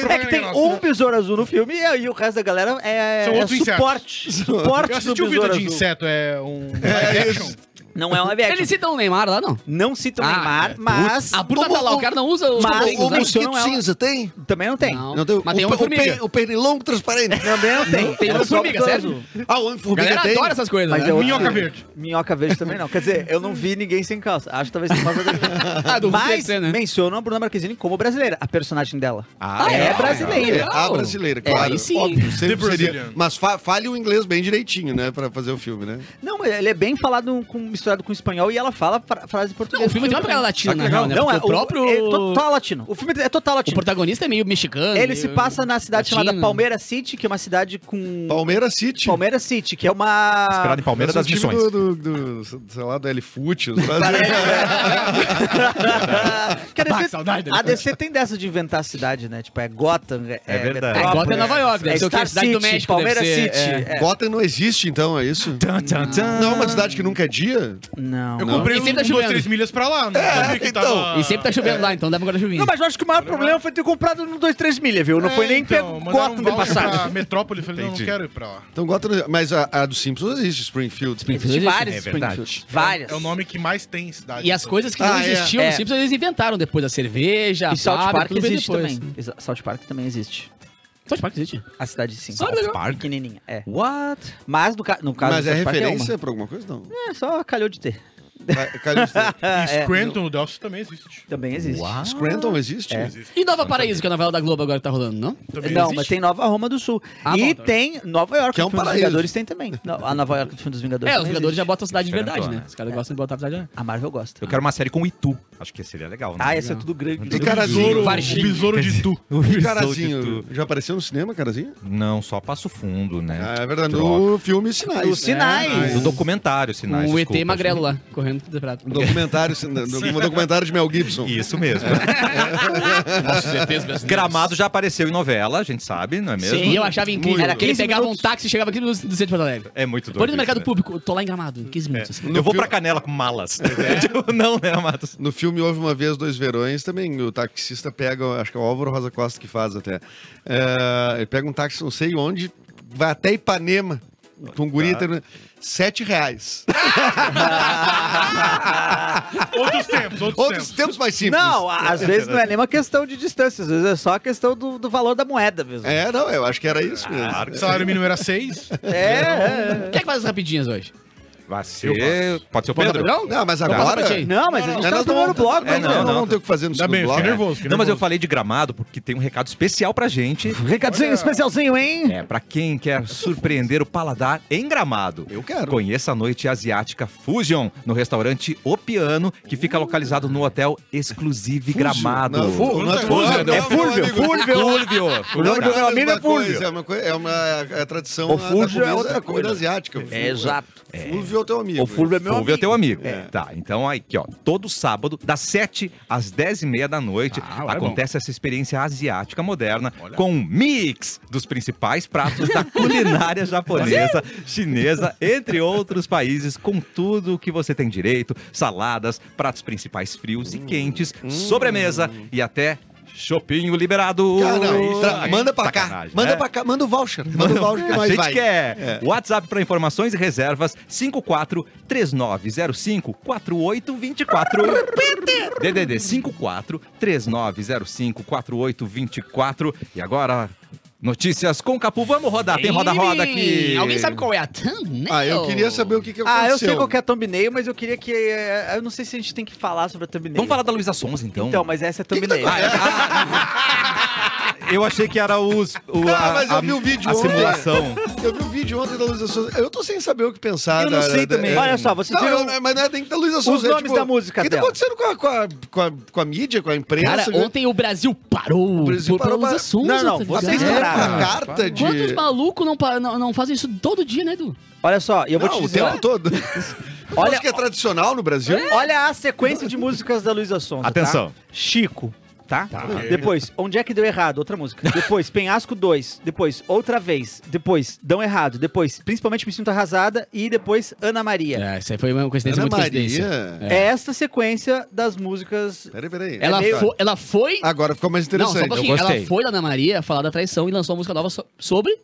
É que tem um besouro azul no filme e, aí o resto da galera é,
São
é
outros
suporte. Suporte
Eu assisti
do
o vídeo
besouro
de
azul.
inseto, é um. É, isso.
Não é um live action.
Eles citam o Neymar lá, não?
Não citam o
Ah,
Neymar,
é.
mas
A Bruna tá lá, o cara não usa os
Mas-
gringos,
O
né?
Isso não
mosquito
é-
cinza tem?
também não tem.
Não,
Não tem.
mas tem
o,
uma
o, pe-
formiga.
o pernilão transparente.
Também não tem.
Tem
É
uma
só
formiga,
besouro
sério?
azul.
Ah, o
A
homem-formiga
galera
tem.
adora essas coisas,
Mas
né?
eu-
Um Minhoca verde.
Minhoca verde também não. Quer dizer, eu não vi ninguém sem calça. Acho que talvez tenha uma
Ah, do Hulk deve
Mas
ser, né?
mencionam a Bruna Marquezine como brasileira, a personagem dela.
Ah,
é
legal,
brasileiro.
legal.
É, a
Legal.
brasileira,
É,
claro.
aí sim.
Óbvio,
The
sempre seria.
Brazilian.
Mas fa fale o inglês bem direitinho, né? Pra fazer o filme, né?
Não, mas ele é bem falado, com, misturado com espanhol, e ela fala fra frase em
Não,
português.
o filme tem uma pegada latina, na real, né?
Não,
Porque
é,
o próprio...
É total latino. O filme é total
O
latino.
protagonista é meio mexicano.
Ele se
meio-
passa na cidade
latino.
chamada Palmeiras City, que é uma cidade com...
Palmeiras City.
Palmeiras City, que é uma...
Esperado em Palmeiras é um das
Nosso time
Missões.
Do, do, do, sei lá, do L Fute. os-
que a
Bah, que
DC,
saudade dele.
a DC tem dessa de inventar a cidade, né? Tipo, é Gotham, é,
É verdade.
É, Gotham é
Metrópolis,
Nova York, deve
é
ser o quê?
Star
Cidade do
City,
México,
Palmeiras
deve ser,
City. é.
Gotham não existe, então, é isso?
Tan,
Ah, tá.
tan, tan.
Não é uma cidade que nunca é dia?
Não,
Eu
não.
comprei
E
um,
sempre
um,
tá
duas,
chovendo.
três milhas pra lá, né? Sabia que
então.
tava-
E sempre tá chovendo lá, então dá pra guardar chuvinha.
Não, mas eu acho que o maior problema foi ter comprado no 2-3 milha, viu? Não foi
É,
nem
então,
então, pego
mandaram
Gotham
um
de
voucher pra
passagem.
Metrópole, eu falei, não, não
Entendi.
quero ir pra lá.
Então, Gotham... não- Mas a, a do Simpsons não existe, Springfield.
Springfield.
De várias
É
Springfield.
verdade.
Várias.
É o nome que mais tem em cidade.
E as coisas que não
Ah, é,
existiam
é.
no Simpsons, eles inventaram depois. A cerveja, a
E South
barba,
Park
tudo veio
existe
depois.
também. Exa- South Park também existe.
South Park existe.
A cidade sim.
Só legal.
Park?
Pequenininha, é.
What?
Mas no, ca- no caso
Mas
do
é
South Park
referência pra alguma coisa? Não.
É, uma. É, só calhou de ter.
Ca- Calhou de ter.
Ah,
E
é.
Scranton, o Delphi também existe.
Também existe.
Scranton existe?
E Nova Paraíso, que é a novela da Globo agora que tá rolando, não?
Também
não,
existe.
mas tem Nova Roma do Sul.
Ah,
e
bom, tá.
tem Nova York,
Que é um
o filme dos
paraíso.
Vingadores tem também. No- A Nova York do filme dos Vingadores
É, os
também
jogadores já
existe.
botam a cidade de verdade,
Diferentona,
né? Os caras gostam de botar a cidade de verdade.
A Marvel gosta.
Eu quero uma série com o Itu. Acho que seria legal, né?
Ah, essa é tudo grande.
E
tudo
Carazinho.
Besouro-
Varginha.
o besouro de tu.
O
E
Result
Carazinho.
Itu.
Já apareceu no cinema, Carazinho?
Não, só Passo Fundo, né?
Ah, é verdade.
Troca.
No filme Sinais. né? Ah, é.
Os sinais.
Do documentário, Sinais.
o
desculpa,
ET Um magrelo lá, correndo do prato.
Um Documentário, sin- do- um documentário de Mel Gibson.
Isso mesmo.
Nossa, os ETs brasileiros.
Gramado já apareceu em novela, a gente sabe, não é mesmo?
E eu achava incrível.
Muito.
Era que ele
15
pegava
minutos.
um táxi e chegava aqui no do centro de Porto Alegre.
É muito doido.
Põe no
isso,
mercado
né?
público, tô lá em Gramado, em 15 minutos. assim.
Eu vou pra Canela com malas. Tipo, não, né, Matos?
No filme Houve Uma Vez, Dois Verões, também o taxista pega, acho que é o Álvaro Rosa Costa que faz até. É, ele pega um táxi, não sei onde, vai até Ipanema, com um guri, tá. sete reais.
Outros tempos, outros,
Outros
tempos.
tempos mais simples.
Não, a- às vezes não é nem uma questão de distância, às vezes é só a questão do, do valor da moeda mesmo.
É, não, eu acho que era isso mesmo.
Ah.
Claro que
Salário mínimo era seis.
é. é.
Quem é que faz as rapidinhas hoje?
Vai
Eu
ser. Pode ser o
Bota
Pedro?
Pedrão?
Não, mas
Não,
agora...
passa pra ti.
Não, mas a
É,
gente
nós
tá no primeiro
vamos-
bloco
é,
ainda.
não, não,
não.
vamos ter o que fazer no
Ainda
segundo
bem, eu
bloco.
fiquei nervoso. fiquei
É. Não, mas Tá eu
nervoso.
falei de gramado porque tem um recado especial pra gente.
Recadinho
Olha.
especialzinho, hein?
É, pra quem quer surpreender o paladar em gramado.
Eu quero.
Conheça a noite asiática Fusion no restaurante O Piano, que fica localizado no hotel Exclusive Gramado.
Não, fu-
não é
Fusion,
não,
não,
é Fúlvio,
meu
Fúlvio.
O nome do meu amigo é
mesma coisa,
Fulvio.
É uma, coi- é uma é tradição
O
da-
Fulvio é
da comida-
outra
da comida
coisa. É,
asiática. o Fulvio.
Exato.
Fulvio é o teu amigo.
O Fulvio é meu
Fulvio é
amigo.
teu amigo. Tá, então aí, aqui, ó. Todo sábado, das 7 às 10 e meia da noite,
Ah, olha,
acontece essa experiência asiática moderna
Olha.
com um mix dos principais pratos da culinária japonesa, chinesa, entre outros países, com tudo o que você tem direito: saladas, pratos principais frios e quentes, sobremesa e até chopinho liberado.
Cara, não, tra- manda pra cá.
Sacanagem,
Manda
né?
pra cá. Manda o voucher. Manda o voucher que
A
nós
gente
vai.
quer. WhatsApp para informações e reservas 54 3905 4824. DDD 54 3905 4824. E agora, notícias com Capu. Vamos rodar. Tem roda-roda aqui.
Alguém sabe qual é a thumbnail?
Ah, eu queria saber o que, que aconteceu.
Ah, eu sei qual que é a thumbnail, mas eu queria que. eh, Eu não sei se a gente tem que falar sobre a thumbnail.
Vamos falar da Luísa Sons, então.
Então, mas essa é a thumbnail.
Ah, é- ah, eu achei que era os. o-
Ah,
a-
mas eu
a-
vi o vídeo
A
ontem.
simulação.
Eu vi o vídeo ontem da Luísa Souza. Eu tô sem saber o que pensar.
Ah, Eu
da-
não sei
da-
também.
da-
Olha só, você
Ah,
um-
Não,
viu.
eu- não, mas não é nem da Luísa Souza. é,
nomes
tipo,
da música
O que tá
dela.
acontecendo com a, com, a, com, a, com a mídia, com a imprensa?
Cara, ontem o Brasil parou
né? O Brasil
por,
parou
pelos
pra-
assuntos.
Não, não,
tá
vocês
ligado?
Vocês é,
pararam.
uma carta de...
Quantos malucos não, pa- não, não fazem isso todo dia, né, Edu?
Olha só, eu vou
Não,
te
o
dizer.
tempo todo.
Olha-
Acho que é tradicional no Brasil.
Olha a sequência de músicas da Luísa Sonza. tá?
Atenção.
Chico. tá?
Tá.
Depois, onde é que deu errado? Outra música. Depois, Penhasco 2. Depois, outra vez. Depois, dão errado. Depois, principalmente me sinto arrasada. E depois, Ana Maria.
É, isso aí foi uma coincidência
Ana
muito coincidência.
Maria.
É esta sequência das músicas.
Peraí, peraí.
Ela,
meio-
fo- ela foi.
Agora ficou mais
Não, só um
Ah, interessante.
pouquinho.
gostei.
Ela foi lá na Maria falar da traição e lançou uma música nova so- sobre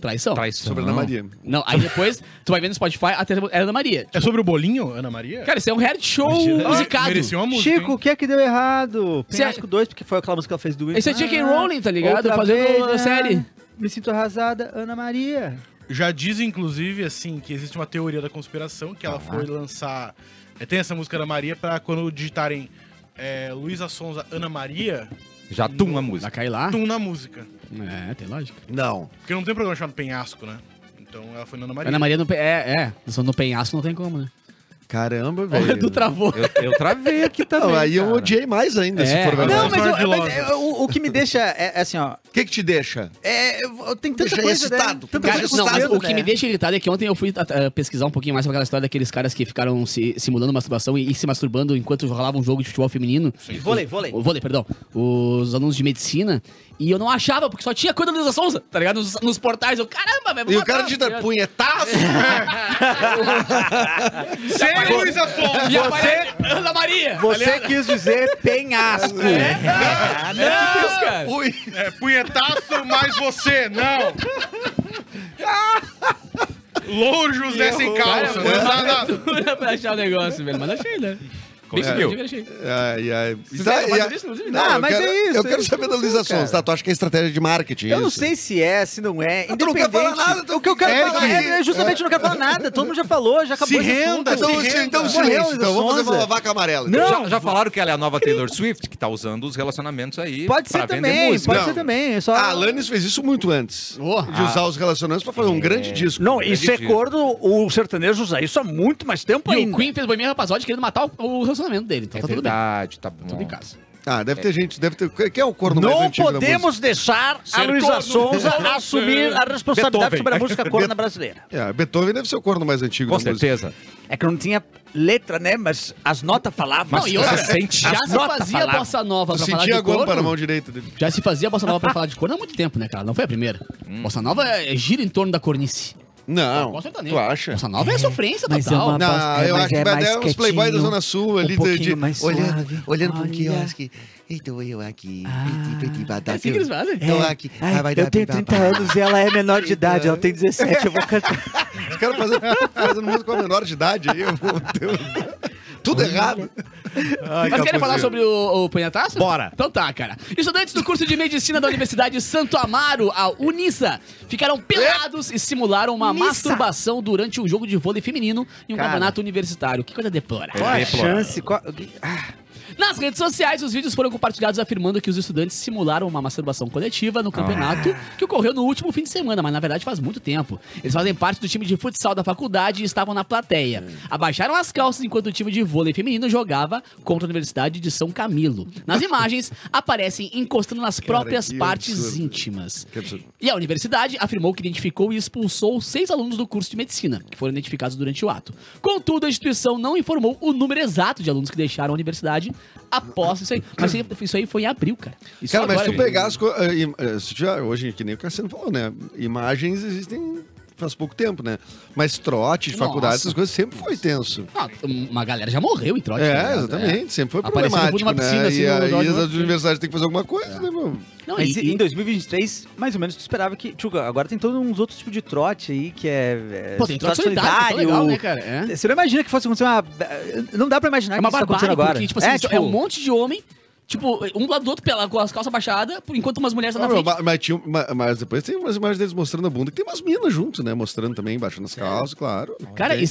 traição.
Traição.
Sobre a Ana Maria.
Não, aí depois tu vai ver no Spotify a terceira era Ana Maria.
É sobre o bolinho, Ana Maria?
Cara, isso é um reality show
Ah,
musicado.
Merecia uma música.
Chico, o que é que deu errado?
Você-
Penhasco 2, porque foi aquela música que ela fez do
Isso é J.K. Rowling, tá ligado?
outra
Fazendo
vez,
uma
né?
série.
Me sinto arrasada, Ana Maria.
Já diz, inclusive, assim, que existe uma teoria da conspiração que
Tá.
ela foi lançar. é, Tem essa música Ana Maria pra quando digitarem é, Luísa Sonza Ana Maria,
Já tum a música.
Vai cair lá?
tum na música.
É, tem lógica.
Não.
Porque não tem programa chamado Penhasco, né? Então ela foi na Ana Maria.
Ana Maria no, pe- é, é, só no penhasco não tem como, né?
Caramba,
O
velho.
Edu travou.
Eu, eu travei aqui também.
Não, aí eu
cara.
odiei mais ainda,
É.
se for verdade.
Não, mas, eu-
Sorte
mas,
de
é, o, o que me deixa é, é assim, ó.
O que que te deixa?
É, eu, eu tenho tanta
Deixa
coisa,
excitado.
né? Tanta
Cara,
coisa
não, mas
acontecendo,
o que
né?
me deixa irritado é que ontem eu fui ah, ah, pesquisar um pouquinho mais sobre aquela história daqueles caras que ficaram se- simulando masturbação e, e se masturbando enquanto rolavam um jogo de futebol feminino.
Vôlei, vôlei.
O vôlei, perdão. Os alunos de medicina. E eu não achava, porque só tinha coisa da Luísa Sonza, tá ligado? Nos, nos portais. Eu, caramba, velho. vou
E o
matar,
cara de
tá ligado?
punhetaço?
Sem Luísa Sonza!
E aparece Ana Maria.
Você quis dizer penhasco.
Ah, não, cara.
Ui.
É, punhetaço mais você, não! Louro José sem calça, né? Nada-
Dura pra achar o negócio, velho. Mas achei, né?
Conseguiu.
Bem, achei.
Ai, ai.
Vocês
Tá,
querem falar
e a-
sobre isso, inclusive?
Não,
Ah,
eu
mas
quero-
é isso,
Eu quero
eu
saber da
não sei,
Luísa
cara.
Sonza, tá? Tu acha que é estratégia de marketing
Eu não
isso?
sei se é, se não é.
tu não quer
Independente.
falar nada,
então
tu
o que eu quero
quer
falar
que-
é, é justamente eu não quero falar nada. Todo mundo já falou, já acabou
Se
esse assunto.
renda,
Então,
Se
se, então
renda.
silêncio.
Morreu,
Então vamos fazer
Sonza.
uma lavaca amarela. então.
Não,
Já, já falaram que ela é a nova Taylor Swift, que tá usando os relacionamentos aí
Pode
pra
ser
vender
também,
música.
pode
Não.
ser também. é Só...
A Ah, Alanis fez isso muito antes.
Oh,
de usar os relacionamentos pra
É.
fazer um grande disco.
Não, isso é
Acredito.
corno, o sertanejo usa isso há muito mais tempo
E o
ainda.
Queen tá fez Bohemian Rhapsody querendo matar o, o relacionamento dele. Então
É
tá tudo bem.
verdade, tá bom.
Tudo em casa.
Ah, deve ter gente, deve ter... Quem é o corno mais
Não
antigo da música?
podemos deixar a
Ser
Luísa
corno.
Sonza assumir a responsabilidade
Beethoven.
sobre a música corna brasileira.
É, Beethoven deve ser o corno mais antigo
Com
da música.
certeza.
É que não tinha letra, né? Mas as notas falavam.
Não, e
assim,
outra,
você sente
já
as
se
notas
fazia
falar.
bossa nova
Tu
pra falar de
sentia a guampa na
corno.
mão direita dele.
Já se fazia bossa nova pra falar de corno há muito tempo, né, cara? Não foi a primeira.
Hum.
Bossa nova é- é gira em torno da cornice.
Não,
Bossa sertaneja.
tu acha?
Bossa nova é, sofrência
Mas é
total.
uma-
Não,
Bossa- é,
eu
mas
acho
é
que vai
mais
dar uns playboys da
quietinho,
Zona Sul ali,
um
de,
pouquinho
de
mais suave.
Olhando, olhando para um
Olha.
quiosque. Então eu aqui. Piti, piti,
É assim que eles fazem.
Então aqui.
Ai,
ah, vai dar
eu tenho
pipa,
30
pá.
anos e ela é menor de idade, ela tem 17, eu vou cantar.
os caras fazendo, fazendo música com a menor de idade aí, eu vou ter- um- tudo errado.
Mas querem falar sobre o, o punhetaço?
Bora.
Então tá, cara. Estudantes do curso de Medicina da Universidade Santo Amaro, a Unissa, ficaram pelados e simularam uma masturbação durante um jogo de vôlei feminino em um
Cara.
campeonato universitário. Que coisa deplorável.
Qual a
Deplorável.
chance? Qual-
Nas redes sociais, os vídeos foram compartilhados afirmando que os estudantes simularam uma masturbação coletiva no campeonato
Ah.
que ocorreu no último fim de semana, mas na verdade faz muito tempo. Eles fazem parte do time de futsal da faculdade e estavam na plateia.
Hum.
Abaixaram as calças enquanto o time de vôlei feminino jogava contra a Universidade de São Camilo. Nas imagens, aparecem encostando nas próprias
que
partes
absurdo.
íntimas.
Que absurdo.
E a universidade afirmou que identificou e expulsou seis alunos do curso de medicina, que foram identificados durante o ato. Contudo, a instituição não informou o número exato de alunos que deixaram a universidade após isso aí. Mas isso aí- isso aí foi em abril, cara. Isso
Cara, mas
agora,
tu pegar as eh, coisas. Hoje, que nem o Cassiano falou, né? Imagens existem faz pouco tempo, né? Mas trote de
Nossa.
faculdade, essas coisas sempre foi tenso.
Ah, uma galera já morreu em trote. tá
É,
ligado?
exatamente. Sempre foi
Aparecendo
problemático,
numa piscina,
né?
assim,
e
no-
aí
no- no-
as universidades têm que fazer alguma coisa, né, meu?
É. Não,
Mas
e,
em 2023, mais ou menos, tu esperava que. Tchuga, agora tem todos uns outros tipos de trote aí, que é. é
pô, tem trote solidário, que é legal, né, cara? É.
Você não imagina que fosse acontecer uma. eh, Não dá pra imaginar
É
que
uma
isso tá
barbárie,
acontecendo agora.
porque, tipo assim, é, um monte de homem, tipo, um do lado do outro, pela, com as calças baixadas, enquanto umas mulheres
Ah,
estão na
meu,
frente.
ma- mas, tinha- ma- mas depois tem umas imagens deles mostrando a bunda, que tem umas minas junto, né? Mostrando também, baixando as calças, claro.
Cara,
Ok.
e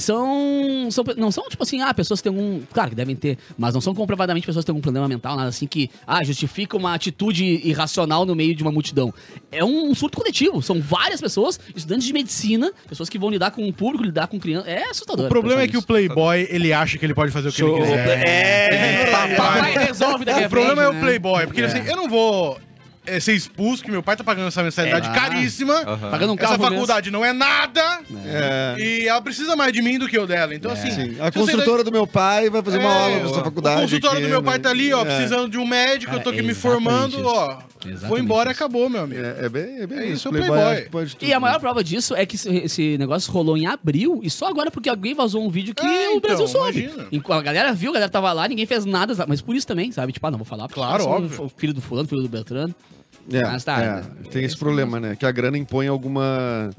são, são. Não são, tipo assim, ah, pessoas que têm algum. Claro que devem ter, mas não são comprovadamente pessoas que têm algum problema mental, nada assim que, ah, justifica uma atitude irracional no meio de uma multidão. É um surto coletivo. São várias pessoas, estudantes de medicina, pessoas que vão lidar com o público, lidar com criança. É assustador.
O problema é que o
pensar
Playboy, ele acha que ele pode fazer o que ele quiser.
É.
nisso. Papai resolve daqui a
O problema é
frente,
o
né?
Playboy, porque ele assim, eu não vou é, ser expulso, que meu pai tá pagando essa mensalidade
É.
caríssima.
Tá
Aham.
Pagando um carro
né? Essa
mesmo.
faculdade não é nada.
É.
E ela precisa mais de mim do que eu dela.
É.
Então, assim.
Sim.
se
A
você
consultora do meu pai vai fazer uma
É,
aula na sua faculdade.
O consultório
aqui,
do meu pai
né?
tá ali, ó,
É.
precisando de um médico,
Cara,
eu tô aqui
é
me
exatamente
formando,
isso.
ó. Foi
Exatamente
amigo.
isso.
acabou, meu amigo.
É, é bem, é bem
É
isso.
isso,
o
é
Playboy,
Playboy.
acho que pode tudo,
E a maior
né?
prova disso é que esse- esse negócio rolou em abril e só agora porque alguém vazou um vídeo que
É,
o Brasil
então,
soube.
imagina.
Enqu- A galera viu, a galera tava lá, ninguém fez nada, sabe? mas por isso também, sabe? Tipo, ah, não vou falar. porque
Claro,
eu sou
óbvio.
um Filho do fulano, filho do Beltrano.
É,
Mas tá,
é,
né?
tem esse problema, né? Que a grana impõe alguma.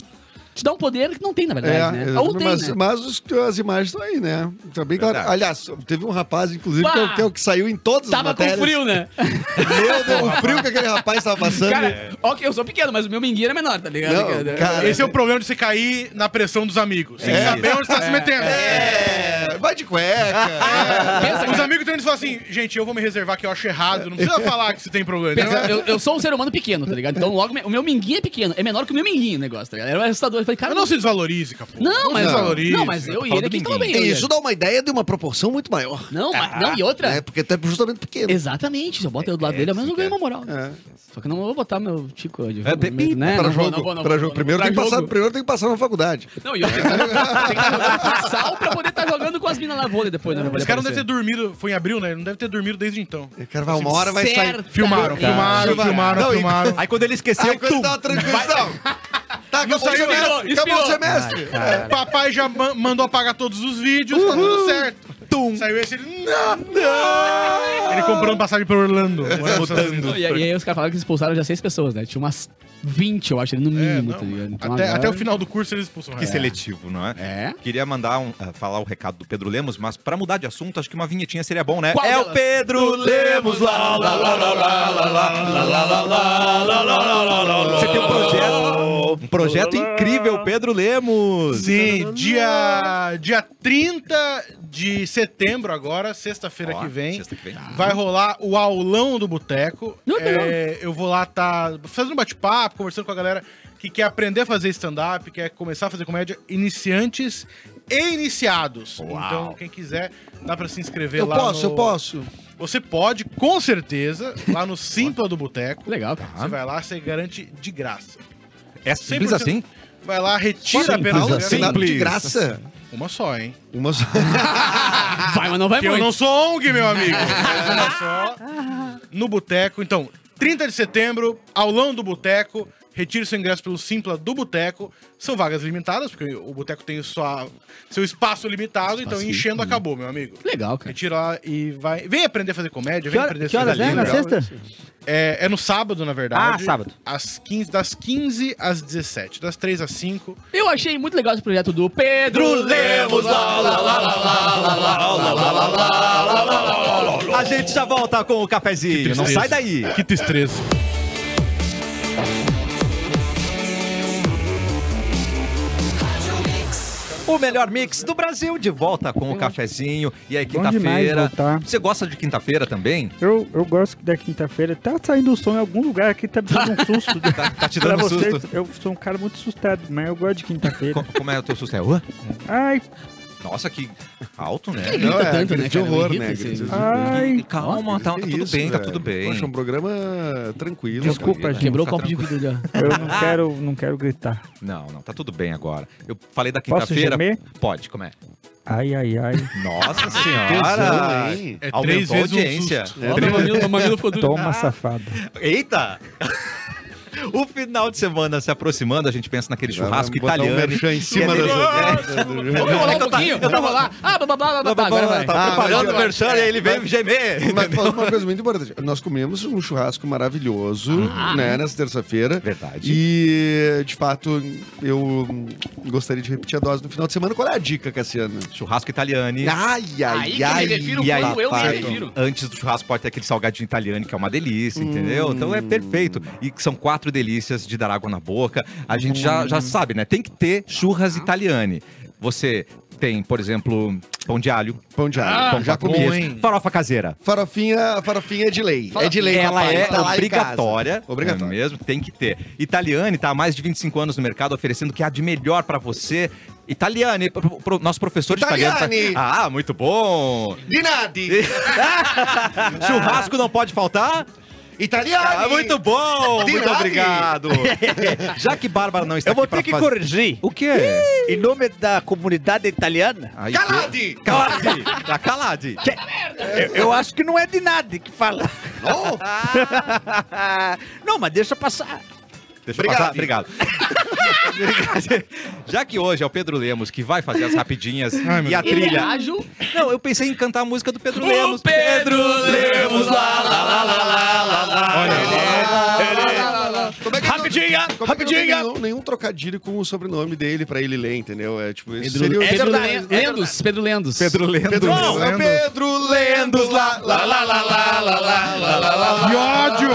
Te dá um poder que não tem, na
É,
verdade, né?
exatamente,
Ou tem,
mas
né?
mas os- as imagens estão aí, né? Tá bem claro.
Verdade.
Aliás, teve um rapaz, inclusive,
Bah!
que é, o- que é o que saiu em todas as
Tava com
matérias.
frio, né?
Meu Deus, o frio que aquele rapaz tava passando.
Cara, ok, eu sou pequeno, mas o meu mingueiro é menor, tá ligado?
Não, cara,
Esse é o problema de você cair na pressão dos amigos. Sem
É.
saber onde tá se metendo.
É, vai de
Ah,
cueca.
Pensa,
Os
cara.
amigos também falam assim, gente, eu vou me reservar que eu acho errado. Não
É.
precisa falar que você tem problema.
Pensa,
né?
eu, eu sou um ser humano pequeno, tá ligado? Então logo me- o meu minguinho é pequeno, é menor que o meu minguinho o negócio, tá ligado? Era um assustador. Eu falei, cara,
Mas não se desvalorize, capô.
Não, mas,
se desvalorize.
não, mas eu e ele aqui tava bem. eu e
É,
ele.
Isso dá uma ideia de uma proporção muito maior.
Não, mas, não, e outra.
Né? Porque tu é justamente pequeno.
Exatamente, se eu boto eu do lado dele, ao menos eu ganho uma moral.
É.
Só que eu não vou botar meu tico de
É, tem-
momento, né?
Para
Não vou,
jogo.
não vou, não
Para
vou,
jogo.
não
Primeiro
vou.
tem que
Pra
passar-
jogo.
primeiro tem que passar na faculdade.
Não, e eu tenho que tem que jogar futsal pra poder estar jogando com as minas na vôlei depois, né?
Esse cara não deve ter dormido, foi em abril, né? Ele não deve ter dormido desde então.
O cara vai uma hora vai sair.
Filmaram, filmaram,
Cara.
filmaram,
Não, e-
filmaram.
Aí quando ele esqueceu,
Aí quando dá uma tranquilização. Tá, acabou o
saiu,
semestre.
inspirou,
Acabou o
inspirou.
semestre. É.
Papai já ma- mandou apagar todos os vídeos, tá tudo certo.
tum.
Saiu esse, ele... Não, não. Ele comprando passagem pra Orlando.
Não, E, e aí os caras falaram que expulsaram já seis pessoas, né? Tinha umas 20, eu acho, ali no
É,
mínimo,
não,
tá ligado? Então
até,
agora-
até o final do curso eles expulsam.
Que
É.
seletivo, não é?
É?
Queria mandar um, ah, falar o recado do Pedro Lemos, mas pra mudar de assunto, acho que uma vinhetinha seria bom, né?
Qual
é o
delas?
Pedro Lemos lá, lá, lá, lá, lá, lá, lá, lá, lá, lá, lá, lá, lá, lá, lá, lá. Você tem um projeto, um projeto incrível, Pedro Lemos.
Sim, dia, dia 30 de setembro agora, sexta-feira
Ó,
que vem,
sexta que vem.
vai rolar o aulão do Boteco.
Não,
É, eu vou lá tá fazendo um bate-papo, conversando com a galera que quer aprender a fazer stand-up, quer começar a fazer comédia, iniciantes e iniciados. Então, quem quiser, dá pra se inscrever
Eu
lá
posso,
no-
eu posso.
Você pode, com certeza, lá no Simpla do Boteco.
Legal, cara.
Ah.
Você vai lá, você garante de graça.
É simples
100%.
assim?
Vai lá, retira apenas
Mas assim, nada de
simples.
graça.
uma só, hein?
Uma só.
Vai, mas não vai
Que eu
muito.
não sou ONG, meu amigo. Mas uma só. No Boteco. Então, 30 de setembro, aulão do Boteco. Retire seu ingresso pelo Simpla do Boteco. São vagas limitadas, porque o Boteco tem sua, seu espaço limitado. então, enchendo, acabou, meu amigo.
Legal, cara.
Retira lá e vai... Vem aprender a fazer comédia,
Que,
vem
hora-
aprender a
que
fazer
horas é? Na
livro.
sexta?
É, é no sábado, na verdade.
Ah, sábado.
Às 15, das 15 às 17. Das 3 às 5.
Eu achei muito legal esse projeto do Pedro Lemos lá, lá, lá, lá, lá, lá, lá, lá, lá, lá, lá.
A gente já volta com o cafezinho, não sai daí.
Que tristeza.
O melhor mix do Brasil, de volta com o cafezinho. E aí,
Bom demais
quinta-feira.
voltar.
Você gosta de quinta-feira também?
Eu, eu gosto da quinta-feira. Tá saindo um som em algum lugar aqui, tá me dando um susto.
Tá, tá te
pra
dando um
vocês,
susto?
eu sou um cara muito assustado, mas eu gosto de quinta-feira.
Co- Como é o teu susto? É, "Uã?"
Ai,
Nossa, que alto, né?
Ele grita
Não, é,
tanto,
grito
né,
de
cara? Ele
horror,
grita
né?
esse-
Grito de-
ai.
Calma, tá, tá
Que
Ah, tudo
isso,
bem, tá
velho?
tudo bem.
Poxa, um programa tranquilo.
Desculpa,
cara.
gente.
Quebrou o
Tá
copo de vidro ali, ó.
Eu não quero, não quero gritar.
Não, não, tá tudo bem agora. Eu falei da
Posso
quinta-feira.
gemer?
Pode, como é?
Ai, ai, ai.
Nossa
Tesão,
senhora!
hein?
É
Aumentou
três vezes
a
um
audiência.
susto.
Ó, meu mamilo- meu mamilo ficou duro.
Ah.
Toma, safado.
Eita! O final de semana se aproximando, a gente pensa naquele churrasco
Vamos botar um
italiano.
merchan em cima
é
da-
legal.
da-
Vamos
É
rolar
da-
que
um
eu tava-
pouquinho? Vamos rolar? Ah, blá, blá, blá, blá, blá, agora vai.
Tá preparando
mas
o
eu-
merchan e ele veio gemer.
Mas falando uma coisa muito importante. Nós comemos um churrasco maravilhoso, né, nessa terça-feira.
Ah. Verdade.
E, de fato, eu hum, gostaria de repetir a dose no final de semana. Qual é a dica, Cassiano?
Churrasco italiano.
Ai,
Aí que eu me refiro
ai,
quando eu me
papai.
refiro.
Antes do churrasco pode ter aquele salgadinho italiano, que é uma delícia, entendeu? Então
Hum.
é perfeito. E que são quatro delícias de dar água na boca. A gente já,
Hum.
já sabe, né? Tem que ter
Tá.
churras italiane. Você tem, por exemplo, pão de alho,
Pão de
Ah,
alho.
pão
pão já
com
comi.
queijo, farofa caseira.
Farofinha, farofinha é de lei. É de lei,
Ela
papai.
é
Tá lá em
obrigatória.
casa. Obrigatória.
É mesmo, tem que ter. Italiane tá há mais de 25 anos no mercado oferecendo o que há de melhor pra você. Italiane, pro- pro- nosso professor de italiano.
Italiane!
tá- Ah, muito bom.
De nada.
Churrasco não pode faltar?
Italiano!
Ah, muito bom!
Di
Muito
Lari.
obrigado! Já que Bárbara não está
Eu vou
aqui
ter que
pra fazer...
corrigir.
O quê?
Em nome da comunidade italiana,
Aí,
Calade!
que- Calade! Tá calade!
eu, eu acho que não é de nada que fala. não, mas deixa passar.
Deixa eu passar. Obrigado. Obrigado. Já que hoje é o Pedro Lemos que vai fazer as rapidinhas e a
Ele é
trilha.
ágil.
Não, eu pensei em cantar a música do Pedro
O
Lemos.
Pedro Lemos lá, lá, lá, lá, lá, lá, lá.
Olha, ele é- ele é-
Como é que rapidinha! Não, como é que não tem nenhum, nenhum trocadilho com o sobrenome dele pra ele ler, entendeu? É tipo, esse seria o
Pedro
Pedro,
Le- Lendos, Pedro Lendos.
Pedro Lemos.
Pedro,
Não,
é o Pedro Lendos lá, lá, lá, lá, lá, lá, lá, lá, lá, lá, lá.
Que ódio!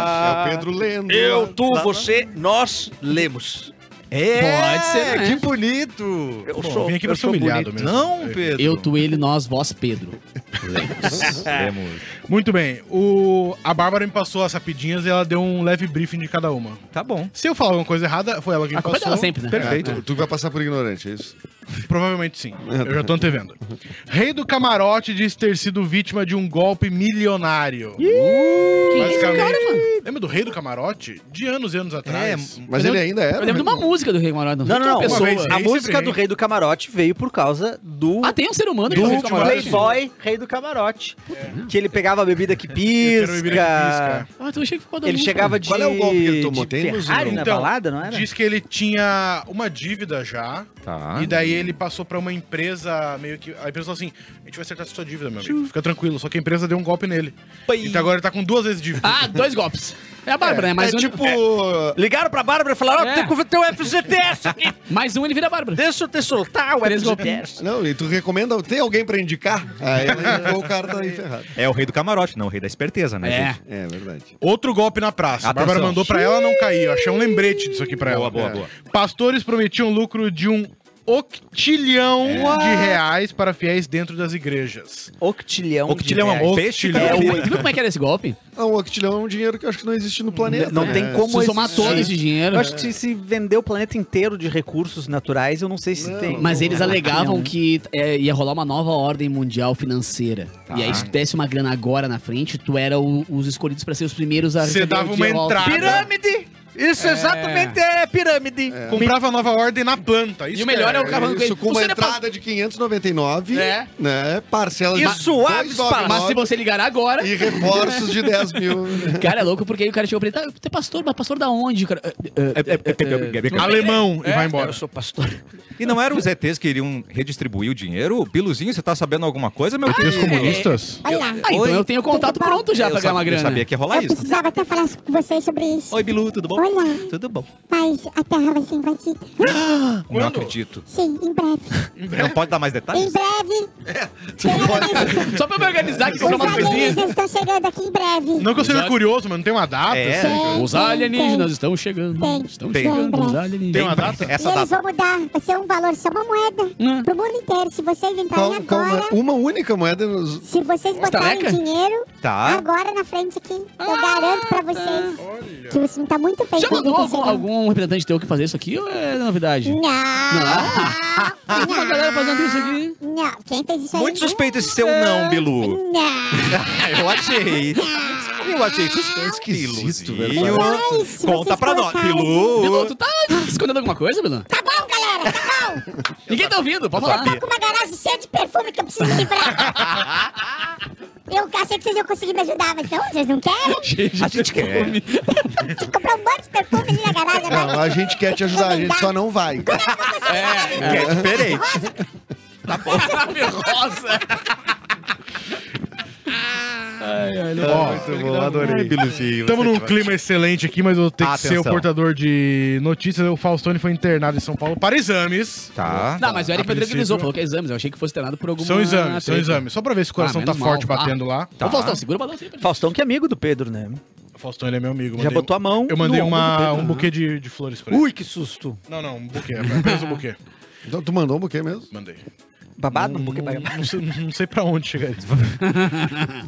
Ah,
É o Pedro Lendos.
Eu, tu, você, nós lemos.
Pode ser, né?
Que bonito!
Eu
Bom,
sou.
eu vim aqui pra
eu
ser
sou
humilhado mesmo.
Não,
É.
Pedro.
Eu, tu, ele, nós, vós, Pedro.
Lemos.
Muito bem. O... A Bárbara me passou as rapidinhas e ela deu um leve briefing de cada uma.
Tá bom.
Se eu falar alguma coisa errada, foi ela que me
A culpa é
passou.
dela sempre, né?
Perfeito.
Tu, tu vai passar por ignorante, é isso?
Provavelmente sim. Eu já tô antevendo. Rei do Camarote diz ter sido vítima de um golpe milionário.
Quem é esse
Basicamente-
cara, mano? É,
Lembra do Rei do Camarote? De anos e anos atrás.
Mas ele ainda é, era.
Eu lembro de uma música do Rei Morado.
Não, não, não.
Pessoa.
vez,
A
Rei
música
sempre
do
rei.
Rei do Camarote veio por causa do.
Ah, tem um ser humano que
Do
fez
último
camarote?
Playboy, Rei do Camarote. Que ele pegava a bebida que
Eu quero beber
pisca.
aqui, pisca.
Ah, tu achei que ficou da
Ele
música.
chegava de.
Qual é o golpe que ele tomou?
De
Tem nos-
Ferrari na
Então,
balada, não era?
Diz que ele tinha uma dívida já.
Tá.
E daí ele passou pra uma empresa meio que. A empresa falou assim: a gente vai acertar essa sua dívida, meu amigo. Fica tranquilo. Só que a empresa deu um golpe nele. Então agora ele tá com duas vezes dívida.
Ah, dois golpes. É a Bárbara, né? Mais,
é
um,
tipo.
Ligaram pra Bárbara e falaram: Ó,
É.
tem que ter o FGTS aqui.
mais um ele vira a Bárbara.
Deixa eu te soltar o
Três
FGTS.
Não, e tu recomenda. Tem alguém pra indicar? Aí ela indicou, o cara tá aí ferrado.
É o rei do camarote, não o rei da esperteza, né,
É.
gente?
É verdade.
Outro golpe na praça. A Bárbara
Atenção.
mandou pra ela não cair. Eu achei um lembrete disso aqui pra
Boa,
ela.
boa,
É.
boa.
Pastores prometiam lucro de um octilhão
É.
de reais para fiéis dentro das igrejas.
Octilhão.
Octilhão
de
é um
reais.
peixe,
É
né?
Tu viu como é que era esse golpe?
Não, o octilhão é um dinheiro que eu acho que não existe no planeta.
Não
né?
tem como
Se somar
existir.
todo esse dinheiro.
Eu acho que se- se vender o planeta inteiro de recursos naturais, eu não sei se tem.
Mas eles alegavam que é, ia rolar uma nova ordem mundial financeira. E aí, se tu desse uma grana agora na frente, tu era o- os escolhidos pra ser os primeiros a
Você
receber
dava
o
uma
dia volta.
entrada.
Pirâmide! Isso exatamente é pirâmide.
Comprava a nova ordem na planta.
E o melhor é o cavalo
Isso com uma
Você não é pa-
entrada de 599,
É.
né? Parcela
E
de
suaves
299
Mas se você ligar agora.
e reforços de 10 mil.
Cara, é louco, porque aí o cara chegou pra ele, tá, você é pastor, mas pastor da onde? cara? "Ah, ah,
é, Alemão
é.
e vai
Eu
embora.
sou pastor.
E não eram os ETs que iriam redistribuir o dinheiro? Biluzinho, você tá sabendo alguma coisa, meu
E os
querido?
comunistas?
Ah, então eu tenho o contato pronto já
Eu
pra ganhar uma
sabia- Eu
grana.
sabia que ia rolar
Eu
é isso.
precisava até falar com vocês sobre isso.
Oi, Bilu, tudo bom?
Olá.
Tudo bom.
Mas a Terra vai ser invadida.
Não acredito.
Sim, em breve.
Não pode dar mais
Em
detalhes?
breve.
Só pra eu me organizar que
Os
comprar umas coisinhas.
alienígenas estão chegando aqui em breve. então,
Não que eu seja curioso, mas não tem uma data.
É.
assim.
Tem,
Os
tem,
alienígenas
tem.
estão chegando.
Tem.
Estão
Tem.
chegando, os
Tem.
Tem
alienígenas.
uma data?
E
Essa
eles
data.
vão mudar. Vai ser um valor, só uma moeda.
Hum.
Pro mundo inteiro. Se vocês
Qual-
entrarem
qual
agora.
uma- uma única moeda nos.
Se vocês botarem
Estaleca?
dinheiro
Tá.
Ah, agora na frente aqui, eu
Ah,
garanto pra
tá.
vocês que vocês vão estar muito bem.
Já
com o
mandou
que tá
algum,
chegando.
algum representante teu que fazer isso aqui ou é novidade?
Não.
Tem uma galera fazendo isso aqui.
Não. Quem fez isso aí?
Muito suspeito esse seu não, Bilu.
Não.
Eu achei. Eu achei suspeito.
Esquisito,
Biluzinho.
velho.
Mas, se
Conta
vocês
pra nós.
colocarem-
Bilu,
Bilu.
tu tá escondendo alguma coisa, Bilu?
Tá bom, galera, tá bom.
Ninguém tá ouvindo, pode falar.
Tô com uma garagem cheia de perfume que eu preciso livrar. Eu achei que vocês iam conseguir me ajudar, mas não, vocês não querem?
A gente quer.
Tem que comprar um monte de perfume ali na garagem
Não,
agora.
a gente quer te ajudar, a gente só não vai.
É diferente.
Rosa.
Muito bom, adorei.
Estamos num clima excelente aqui, mas eu vou ter que ser o
Atenção.
portador de notícias. O Faustone foi internado em São Paulo para exames.
Tá.
Não, mas o Eric
A
Pedreiro
princípio-
grisou, falou que é exames. Eu achei que fosse treinado por algum.
São exames, são exames. Tá. Só pra ver se o coração
Ah,
tá
menos mal.
forte batendo lá.
Ô, Faustão, segura o balanço aí pra gente.
Faustão que é amigo do Pedro, né?
O Faustão, ele é meu amigo.
Já
mandei
botou a mão.
Eu mandei
no ombro do
uma,
Pedro,
um
né?
buquê de, de flores pra ele.
Ui, que susto.
Não, não, um buquê. Apenas um buquê.
Então, tu mandou um buquê mesmo?
Mandei.
Babado,
Hum.
um pouquinho.
Não, não sei, não sei pra onde chegar isso.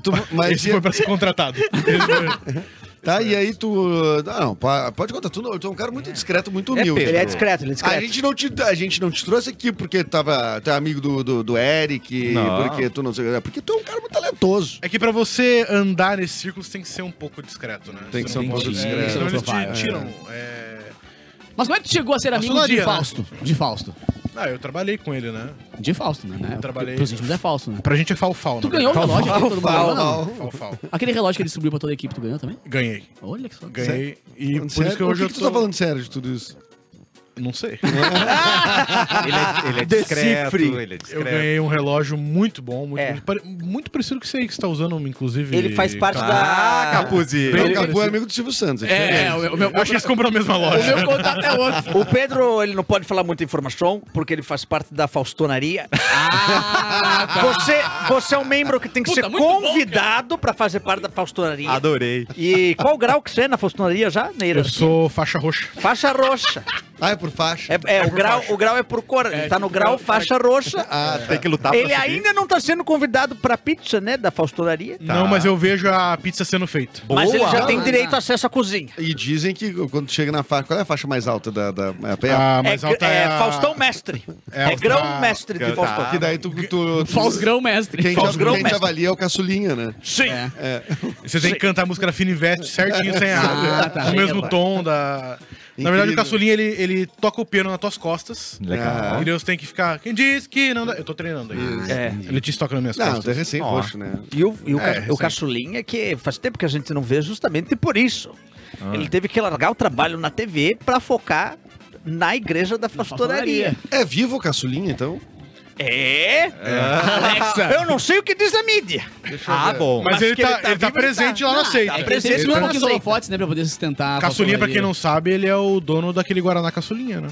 Tu- mas
Esse foi pra ser contratado. Esse foi-
Tá, e aí tu. Ah, não, pa- pode contar, tu, não, tu é um cara muito discreto, muito
É,
humilde.
Pedro. Ele é discreto, ele é discreto.
A gente não te, a gente não te trouxe aqui porque tava, tu é amigo do, do, do Eric,
Não.
porque tu não sei o que. é, Porque tu é um cara muito talentoso.
É que pra você andar nesse círculo, você tem que ser um pouco discreto, né?
Tem que
Você
ser um
não
pouco
pode- é,
discreto.
Senão eles
Provável, é.
te tiram. é.
Mas como é que tu chegou a ser amigo de
Maçonaria, né?
Fausto? De Fausto.
Ah, eu trabalhei com ele, né?
De Fausto, né? né?
trabalhei-
Pros íntimos é Fausto, né?
Pra gente é Falfal,
Tu
né?
ganhou o relógio aqui, todo mundo ganhou, não?
Falfal.
Aquele relógio que ele subiu pra toda a equipe, tu ganhou também?
Ganhei.
Olha que só.
Ganhei. E por
Falando sério?
isso que hoje
Por que, que tu
eu
tá
tô...
falando sério de tudo isso?
Não sei.
Ele é, ele é discreto,
Decifre.
ele é
Eu
discreto.
ganhei um relógio muito bom, muito,
É.
muito pare- muito parecido com esse aí que você tá usando, inclusive.
Ele faz parte
Ah,
da.
Capuzi.
Não,
Ele-
o Capu é amigo do Silvio Santos.
É, é, o meu, o meu,
Eu acho que eles compram a mesma
o
loja.
meu contato é outro.
O Pedro, ele não pode falar muita informação, porque ele faz parte da Faustonaria. Você, você é um membro que tem que
Puta,
ser
muito bom, cara.
convidado pra fazer parte da Faustonaria.
Adorei.
E qual grau que você é na Faustonaria já, Neira?
Eu sou faixa roxa.
Faixa roxa.
Ah, é por faixa.
É, é, o, grau, o grau é por cor. Ele tá no grau faixa roxa.
Ah, tá.
Tem que lutar
Ele
pra
ainda não tá sendo convidado pra pizza, né? Da Faustonaria.
Não, mas eu vejo a pizza sendo feita.
Mas ele
Boa.
já tem
Ah,
direito
não.
a acesso à cozinha.
E dizem que quando tu chega na faixa. Qual é a faixa mais alta da. da é a pé?
Ah, mas
é,
alta
é
é a-
Faustão Mestre.
é
É,
alta-
grão mestre de
Tá.
Faustão.
que daí tu. tu, tu
Fausgrão mestre.
Quem, te-
Fausgrão
quem te
mestre.
avalia é o caçulinha, né?
Sim.
Você tem que cantar a música da Fininvest certinho, sem a,
Ah, tá.
no mesmo tom da... Na verdade,
Incrível.
o Caçulinha, ele, ele toca o piano nas tuas costas.
Legal.
E Deus tem que ficar... Quem diz que não dá... Eu tô treinando aí.
É.
Ele te toca nas minhas
Não, tu é
costas.
recém-roxo, né?
E o, e o,
É,
ca- o
sim.
Caçulinha, que faz tempo que a gente não vê justamente por isso.
Ah.
Ele teve que largar o trabalho na TV pra focar na igreja da pastoraria.
É vivo o caçulinha, então?
É? Alexa. Eu não sei o que diz a mídia.
Ah, bom.
Mas,
Mas
ele,
que
tá,
ele tá
ele tá
vivo, ele
presente
tá.
lá na
Ah,
seita.
tá
Ele
presente lá
tem um
na
pouco de
seita.
holofotes, né, pra poder sustentar a
Caçulinha, pra quem
faustonaria.
não sabe, ele é o dono daquele Guaraná Caçulinha, né?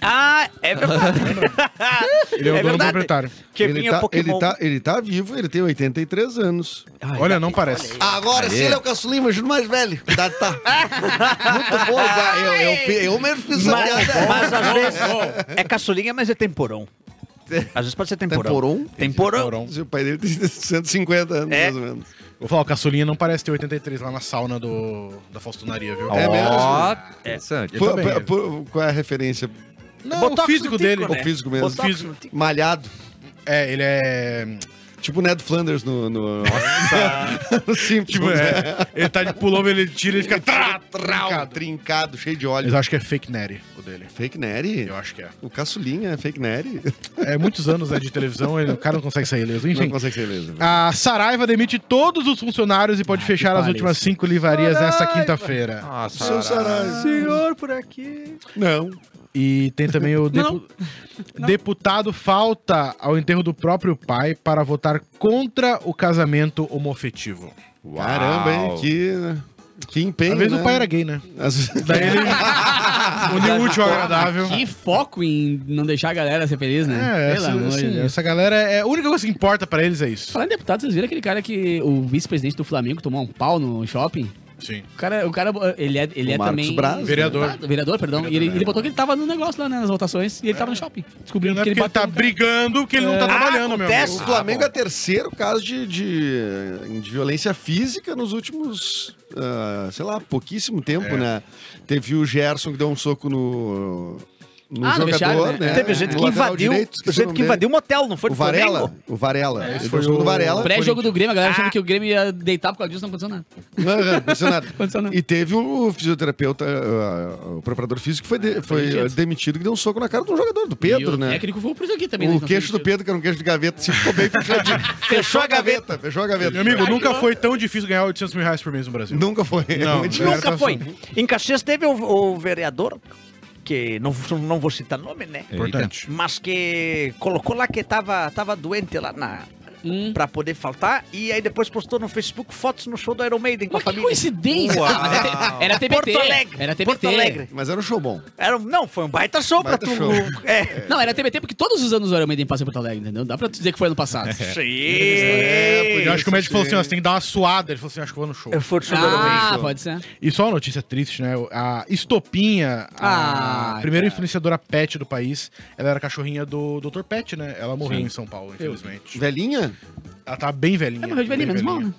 Ah, é verdade.
Ele é o dono
verdade.
proprietário.
Que
ele,
vinha
tá,
Pokémon.
ele, tá, ele tá vivo, ele tem 83 anos.
tá
Olha, não parece.
Agora, se ele é o caçulinha, imagina o mais velho. Tá, tá. Muito bom, tá? Eu, eu, eu, mesmo fiz essa
Mas,
piada.
mas às vezes é caçulinha, mas é temporão. Às vezes pode ser temporão.
Temporão?
Temporão.
O pai dele tem 150 anos,
É.
mais ou menos.
Vou falar, o Caçulinha não parece ter 83 lá na sauna do, da Faustonaria, viu?
É mesmo?
Ó, interessante.
Por-
também,
por-
é.
por- qual é a referência?
Não,
Botox
o físico
no tico,
dele.
né?
É O físico mesmo.
Botox
Físico.
no tico.
Malhado.
É, ele é.
Tipo o Ned Flanders no... no... no Simpsons,
Tipo,
né?
é. Ele tá de pullover, ele tira e fica. Trá,
Trincado,
trincado.
trincado, cheio de
Mas
óleo.
eu acho que é fake Nery, o dele.
Fake Nery?
Eu acho que é.
O caçulinha é fake Nery?
É muitos anos né, de televisão, ele- o cara não consegue sair ileso.
Não
Enfim.
consegue ser beleza.
A Saraiva demite todos os funcionários e pode fechar as
pariu.
últimas cinco livrarias nesta quinta-feira.
Nossa,
Seu Sarai.
Senhor, por aqui.
Não.
E tem também o depu- deputado falta ao enterro do próprio pai para votar contra o casamento homoafetivo.
Uau.
Caramba, hein? Que, que empenho.
Às vezes
né?
o pai era gay, né?
Às vezes-
Daí ele uniu o útil ao agradável.
Que foco em não deixar a galera ser feliz, né?
É,
Pelo
essa,
amor de
assim,
Deus.
essa galera é a única coisa que importa pra eles é isso.
Falando em deputado, vocês viram aquele cara que o vice-presidente do Flamengo tomou um pau no shopping?
Sim.
O cara, o cara ele é, ele
O
é
Marcos
também.
Braz,
Vereador.
Ah, vereador, perdão. e ele, ele botou que ele tava no negócio lá, né, nas votações, e ele tava no shopping. Descobrindo
Não é
que
porque
ele
ele
bateu É.
tá
no cara.
brigando porque ele não tá trabalhando, meu
O
acontece.
amigo.
Flamengo é terceiro caso de, de, de violência física nos últimos, ah, sei lá, pouquíssimo tempo, né? Teve o Gerson que deu um soco no, no
Ah, no
jogador,
vestiário, né?
né?
Teve gente
No
que
lateral
invadiu.
direito, esqueci
gente
nome
que
dele.
invadiu um motel, não foi
O
do
Varela.
Flamengo?
O Varela. Ele
foi
deu um soco
o-
no Varela.
Pré-jogo do Grêmio, a galera achando
Ah.
que o Grêmio ia deitar por causa disso, não aconteceu nada.
Não, não, aconteceu nada.
Aconteceu nada.
E teve o fisioterapeuta, ah, o preparador físico, que foi, de- foi, ah,
demitido.
demitido, que deu um soco na cara de um jogador, do
e
Pedro,
o
né?
técnico foi por isso aqui também. né,
O
então,
queixo do
sentido.
Pedro, que era um queixo de gaveta, se ficou bem fechadinho. fechou a gaveta, fechou a gaveta.
Meu amigo, nunca foi tão difícil ganhar 800 mil reais por mês no Brasil.
Nunca foi. É
Não,
Realmente
não.
não.
Nunca
Era
foi. Em Caxias teve o, o vereador, que não, não vou citar nome, né?
Importante.
Mas que colocou lá que tava, tava doente lá na.
Hum.
Pra poder faltar, e aí depois postou no Facebook fotos no show do Iron Maiden com a
tá
Mas que
família.
coincidência! Ah, mas era T- era TBT.
Porto Alegre.
Era TBT.
Porto Alegre.
Mas era um show bom.
Era, um- não, foi um baita show
Baita
pra tu.
show.
É.
Não, era TBT porque todos os anos o Iron Maiden passa em Porto Alegre, entendeu? Dá pra dizer que foi ano passado.
Sim.
Eu acho que o médico falou assim, ó, você tem que dar uma suada. Ele falou assim, acho que eu vou no show.
Eu fui no show do Iron Maiden.
Ah, pode ser.
E só uma notícia triste, né? A Estopinha, a
Ah,
primeira
cara.
influenciadora pet do país, ela era cachorrinha do Dr. Pet, né? Ela morreu em São Paulo, infelizmente.
Velhinha?
Ela tá bem velhinha.
É, Ela morreu de velhinha,
bem
menos mal, né?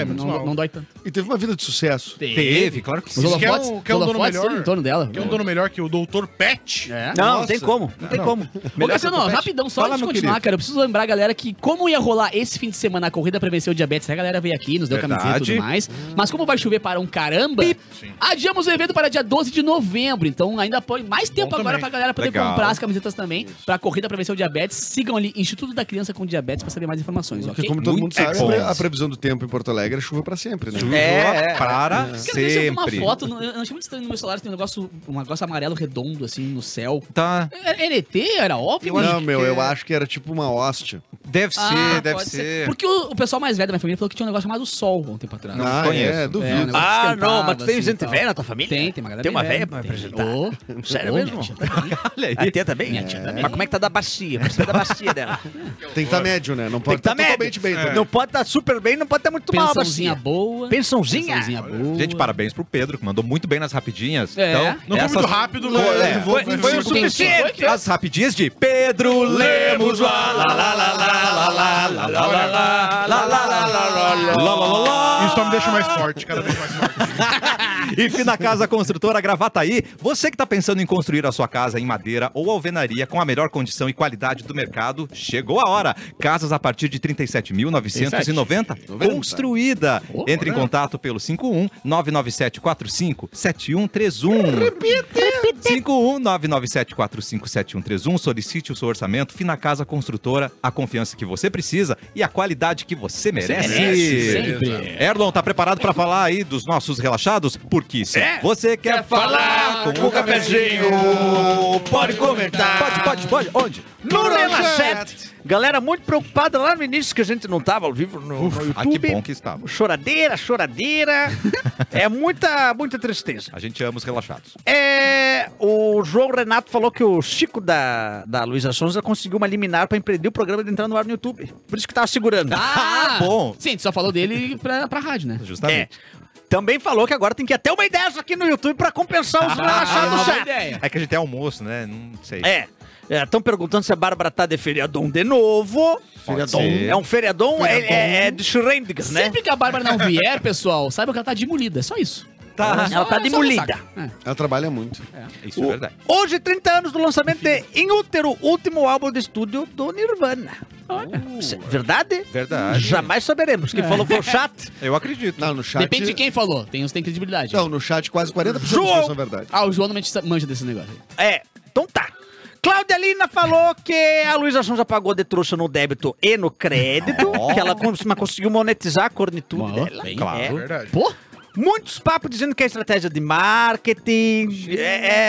É, menos
não,
mal.
não dói tanto.
E teve uma vida de sucesso.
Teve, claro que
Os
sim.
Vocês querem
holofotes,
um-
os
querem um dono
holofotes
melhor?
estão em torno dela.
Quer um dono melhor que o Dr. Pet?
É.
Não, não
Nossa.
tem como. Não tem
Não.
como.
Ô,
Melhor
Cassiano,
que o Topete.
rapidão, só
Fala,
antes de
meu
continuar,
querido.
cara, eu preciso lembrar, galera, que como ia rolar esse fim de semana a corrida pra vencer o diabetes, né? a galera veio aqui, nos deu
Verdade.
camiseta e tudo mais, mas como vai chover para um caramba,
Sim.
adiamos o evento para dia 12 de novembro, então ainda põe mais tempo
Bom
agora
também.
pra galera poder
Legal.
comprar as camisetas também, pra corrida pra vencer o diabetes, sigam ali, Instituto da Criança com Diabetes, pra saber mais informações,
Porque
ok?
como todo
Muito
mundo sabe,
excellent.
a previsão do tempo em Porto Alegre é chuva pra sempre, né?
É, é.
Para
Cara, deixa eu ver uma
sempre.
foto, eu eu achei muito estranho no meu celular, tem um negócio, um negócio amarelo redondo, assim, no céu. É,
Tá.
Era era ET? Era óbvio?
Não, meu, eu acho que era tipo uma hóstia.
Deve ser,
Ah,
deve
pode
ser.
Porque o, o pessoal mais velho da minha família falou que tinha um negócio chamado Sol há um tempo atrás.
Não conheço.
É, duvido.
É, um negócio que
Ah,
esquentava,
não, mas tu tem
assim,
gente
tal.
velha na tua família?
Tem, tem uma galera
Tem uma
bem
velha pra apresentar.
Ô,
Sério
ô,
mesmo?
minha tia tá bem.
Olha aí.
A tia também?
Minha tia também.
Mas como é que tá da bacia? Precisa da bacia dela.
Tem que estar médio, né? Não
Tem
pode
que tá
estar
médio.
totalmente bem. também.
Não pode estar super bem, não pode estar muito mal a
Pensãozinha
bacia.
boa.
Pensãozinha?
Pensãozinha boa.
Gente, parabéns pro Pedro, que mandou muito bem nas rapidinhas.
É.
Então,
Não foi
essas-
muito rápido, né? um
Foi,
mas...
é, foi- foi o
Tipo, quem- foi
suficiente.
que-
As rapidinhas de Pedro Lemos. lá, lá, lá, lá, lá, lá, lá, lá, lá, lá, lá, lá, lá, lá, lá, lá, lá, lá.
Isso só me deixa mais forte, cada vez mais forte.
E Fina Casa Construtora Gravataí, você que tá pensando em construir a sua casa em madeira ou alvenaria com a melhor condição e qualidade do mercado, chegou a hora. Casas a partir de 37.990 construída. Entre em contato pelo 51 997 45 7131. 51997457131. Solicite o seu orçamento. Fina Casa Construtora, a confiança que você precisa e a qualidade que você merece.
merece, sempre.
Erlon, tá preparado pra falar aí dos nossos relaxados? Porque se você É. quer, falar com o cafezinho, pode comentar. Pode, pode, pode. Onde?
No Relaxete. Galera muito preocupada lá no início que a gente não tava ao vivo no, no
Ah, que
YouTube.
bom que estava.
Choradeira, choradeira. é muita, muita tristeza.
A gente ama os relaxados.
É, o João Renato falou que o Chico da, da Luísa Sonza conseguiu uma liminar pra impedir o programa de entrar no ar no YouTube. Por isso que tava segurando.
Ah,
bom.
Sim, a gente só falou dele pra, pra rádio, né?
É.
Justamente.
Também falou que agora tem que até uma ideia aqui no YouTube pra compensar os
é uma
relaxados
boa
já.
ideia.
É. que a gente é almoço, né? Não sei.
É. Estão perguntando se a Bárbara tá de feriadão de novo.
Feriadão.
É um feriadão, é- É, é de Schrödinger, né?
Sempre que a Bárbara não vier, pessoal, saiba que ela tá demolida, é só isso. É
Tá.
só-
Ela tá
só
demolida.
ressaca. É.
Ela trabalha muito.
Isso é verdade.
Hoje, 30 anos do lançamento de Em Útero, último álbum de estúdio do Nirvana. Isso é Verdade?
Verdade. É.
Jamais saberemos. Quem falou foi o chat.
Eu acredito.
Não, no chat.
Depende de quem falou, tem uns que tem credibilidade.
Não, no chat quase 40%
João!
João... são verdade.
Ah, o João não manja- manja desse negócio. aí.
É, então tá. Cláudia Lina falou que a Luísa Sonza pagou de trouxa no débito e no crédito,
Ó.
que ela cons- mas conseguiu monetizar a cornitude
Ó,
dela.
bem,
claro.
É.
Verdade.
Pô,
Muitos papos dizendo que é estratégia de marketing, é-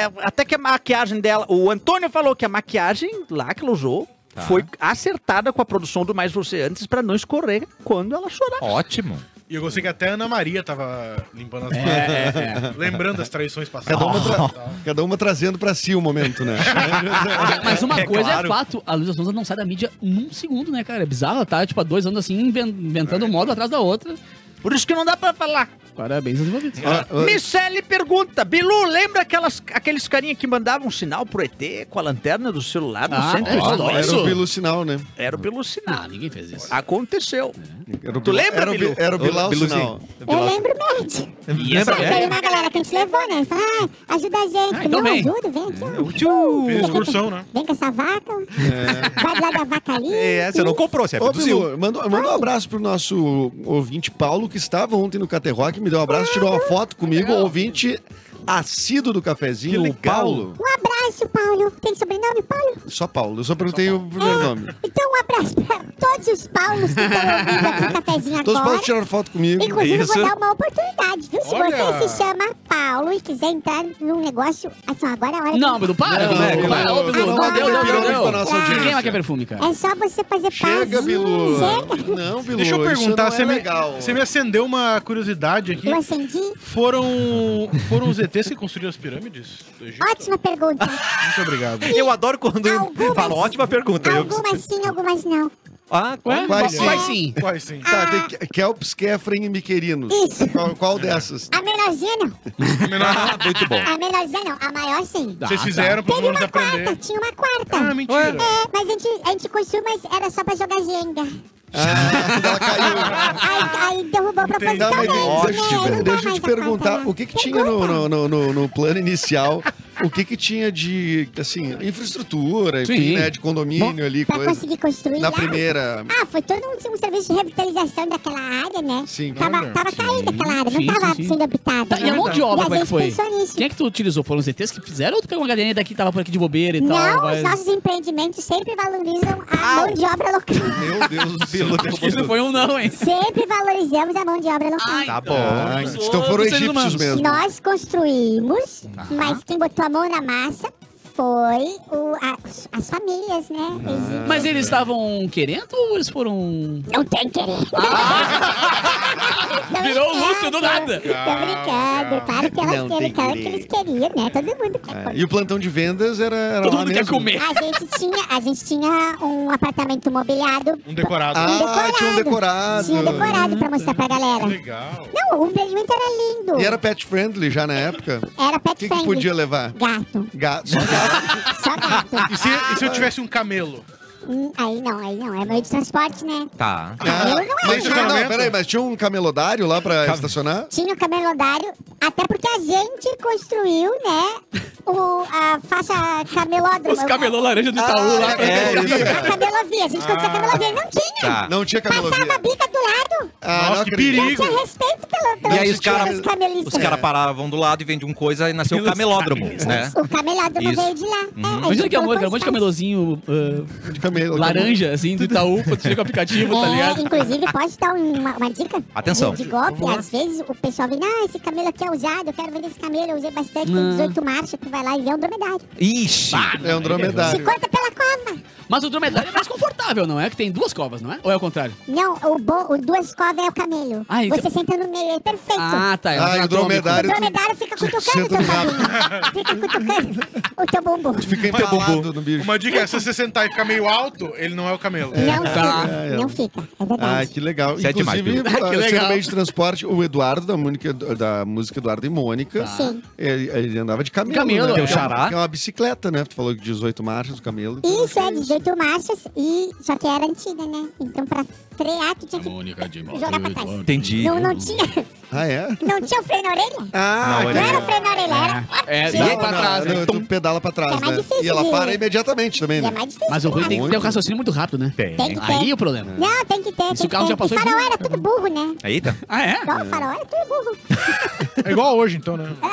é, até que a maquiagem dela... O Antônio falou que a maquiagem lá que ela usou
Tá.
foi acertada com a produção do Mais Você Antes pra não escorrer quando ela chorar.
Ótimo.
E eu gostei que até a Ana Maria tava limpando as
É,
coisas.
é,
Lembrando as traições passadas.
Cada uma, tra- Cada uma trazendo pra si o momento, né?
Mas uma
É
coisa
claro.
é fato, a Luísa Sonza não sai da mídia num segundo, né, cara? É bizarro, ela tá, tipo, há dois anos assim, inven- inventando um modo atrás da outra.
Por isso que não dá pra falar.
Parabéns aos envolvidos.
Ah, ah,
Michele pergunta, Bilu, lembra aquelas, aqueles carinha que mandavam um sinal pro ET com a lanterna do celular no
Ah,
centro
é,
histórico?
olha
era
isso.
o Bilu Sinal, né?
Era o Bilu sinal.
Ah, ninguém fez isso.
Aconteceu.
Era o
Tu
Bilu-
lembra,
era o,
Bilu?
Bi- era o Bilau
Biluzinho.
Sinal.
Eu lembro muito.
Lembra?
Sabe,
É.
tem uma galera que a gente levou, né? Fala, ah, ajuda a gente.
Ah, então
não,
vem.
ajuda, vem aqui.
É.
ó.
Fez excursão, né?
Vem com essa vaca. Vai lá da vaca ali.
É, você não comprou, você é
Ô,
produziu.
Bilu, manda, manda um abraço pro nosso ouvinte Paulo, que estava ontem no Cate Rock, me deu um abraço, tirou uma foto comigo,
legal.
ouvinte assíduo do cafezinho,
Que
o
legal.
Paulo.
Um abraço, Paulo. Tem sobrenome, Paulo?
Só Paulo, eu só perguntei o primeiro nome.
Então, um abraço pra todos os Paulos que estão ouvindo aqui o cafezinho
Todos os
agora.
Paulos tiraram foto comigo.
Inclusive,
Isso.
vou dar uma oportunidade, viu? Se
Olha.
você se chama Paulo e quiser entrar num negócio, assim, agora é a hora de-
Não, Bilu, para,
Não,
Bilu.
não,
para. Ô,
não,
Bilu,
não,
não,
não,
deu, deu,
não,
deu,
não,
deu.
não, não, não,
Ninguém vai
não.
querer perfume, cara.
É só você fazer
Chega,
pazinho,
Bilu.
Chega.
Não, Bilu.
Deixa eu
isso
perguntar,
não
você,
é
me,
legal.
você me acendeu uma curiosidade aqui.
Eu acendi.
Foram, foram os ETs que construíram as pirâmides do Egito?
Ótima pergunta.
Muito obrigado.
Eu adoro quando
Algumas-
fala ótima pergunta. Eu-
algumas sim, algumas não.
Ah, ué?
Vai
Vai
sim.
sim.
Vai sim.
Quais sim?
Tá, tem Ke- Kelps, Kefren e Miquerinos.
Ah. Isso.
Qual, qual dessas?
A menorzinha não.
Ah, muito bom.
A menorzinha não. A maior sim.
Tá,
Vocês
tá.
fizeram pra
Teve
menos
uma quarta,
aprender.
tinha uma quarta.
Ah, mentira.
É, mas a gente, a gente construiu, mas era só pra jogar Jenga.
Ah, ela caiu.
Aí, aí derrubou propositalmente,
Não, Tá, mas deixa,
né?
eu te-
Não dá
deixa eu
mais
te
a conta,
perguntar,
não.
o que que tinha no, no, no- no- no plano inicial, o que que tinha de, assim, infraestrutura, enfim,
Sim.
né, de condomínio ali,
Pra
coisa.
conseguir construir
Na
lá?
primeira,
Ah, foi todo um, um serviço de revitalização daquela área, né?
sim.
Tava, tava caindo aquela área,
sim,
não tava
sim, sim.
sendo habitada.
Tá, e a
né?
mão de obra, como
E a
é que
gente
foi?
pensou nisso.
Quem é que tu utilizou? Foram os ETs que fizeram ou tu pegou uma galerinha daqui que tava Ah. por aqui de bobeira e
Não,
tal? vai-
os nossos empreendimentos sempre valorizam a mão de obra local.
Meu Deus do céu.
Isso foi um não, hein?
Sempre valorizamos a mão de obra local.
Tá bom.
Ah,
então foram
Dos seres
egípcios
humanos.
mesmo.
Nós construímos,
Tá.
mas quem botou a mão na massa foi o- a- as famílias, né? Eles-
Mas eles estavam querendo ou eles foram.
Não tem querer.
Ah!
Não,
Virou o
claro.
Lúcio do nada.
Tô brincando, claro que elas
Não
querem,
tem
claro que
querer.
eles queriam, né? Todo mundo quer
É, E o plantão de vendas era, era
Todo
lá
mundo quer
mesmo?
comer.
A gente tinha, a gente tinha um apartamento mobiliado.
Um decorado.
Ah, tinha um decorado.
Tinha um decorado pra mostrar pra galera.
Legal.
Não, o empreendimento era lindo.
E era pet friendly já na época?
Era
O
pet
que, que
friendly.
podia levar?
Gato,
Gato. Só gato.
só gato.
E se, e se eu tivesse um camelo?
Hum, aí não, aí não. É meio de transporte, né?
Tá.
Camelo não é
mas,
gato.
não, peraí, mas tinha um camelodário lá pra estacionar?
Tinha o camelodário, até porque a gente construiu, né? O, a faixa camelódromo.
Os camelô laranja do Itaú lá.
é,
A,
isso,
a
cara.
camelovia. A gente construiu a camelovia. Não tinha.
Tá.
Não tinha
Passava a
camelovia.
bica do lado.
Ah,
Nossa,
não
que
acredito.
perigo.
Tinha respeito pelo, pelo
E aí os cara-
pelos camelistas.
Os caras paravam do lado e vendiam coisa e nasceu o camelódromo, né?
O camelódromo
Isso.
veio de lá. É, a
Imagina
gente
que amor,
colocou
cara, um monte
os
de camelôzinho ah,
De camelo.
laranja, assim, do Itaú, quando chega o aplicativo, tá
É,
ligado?
inclusive, posso dar um- uma, uma dica?
Atenção.
De, de golpe, às vezes o pessoal vem, ah, esse camelo aqui é usado, eu quero vender esse camelo, eu usei bastante, tem
Ah.
18 marchas, tu vai lá e vê um dromedário.
Ixi!
É um dromedário.
50 pela cova.
Mas o dromedário é mais confortável, não é? Que tem duas covas, não é? Ou é o contrário?
Não, o, bo, o duas covas é o camelo.
Ah, então-
Você senta no meio, é perfeito.
Ah, tá. É
Ah, e o
anatômico.
O
dromedário tu
dromedário fica cutucando o
Senta
teu
no rabo.
rabinho. Fica cutucando o teu bumbum.
fica empalado no bicho.
Uma dica é, se você sentar e ficar meio alto, ele não é o camelo.
Não
Tá.
fica, não fica. É
Ah,
verdade.
que legal.
Isso é demais,
Inclusive,
Pedro.
ah,
Que
sendo
legal.
meio de transporte, o Eduardo, da, Mônica, da música Eduardo e Mônica,
Sim.
ele, ele andava de camelo.
Camelo,
né?
teu
Que é uma-
xará.
Que é uma bicicleta, né? Tu falou que 18 marchas, o camelo.
Isso, é 18 marchas, e... só que era antiga, né? Então pra frear, tu tinha que jogar pra trás.
Entendi.
Não, não tinha,
Ah, é?
não tinha o freio na orelha?
Ah,
Não,
Não era
É.
o freio na orelha, era...
É,
Não,
dá pra
não,
trás, né?
não, Tu pedala pra trás,
É mais
né?
difícil
E ela
de-
para imediatamente também,
E é
né?
mais difícil.
Mas o ruim
né?
tem que ter um raciocínio muito rápido, né?
Tem.
Tem que ter.
Aí é o problema.
Não, tem que ter. tem
Esse
que
carro
ter.
já passou
E
de
farol
burro.
era tudo burro, né?
Eita.
Ah, é?
Então, farol era tudo burro.
É igual hoje, então, né?
É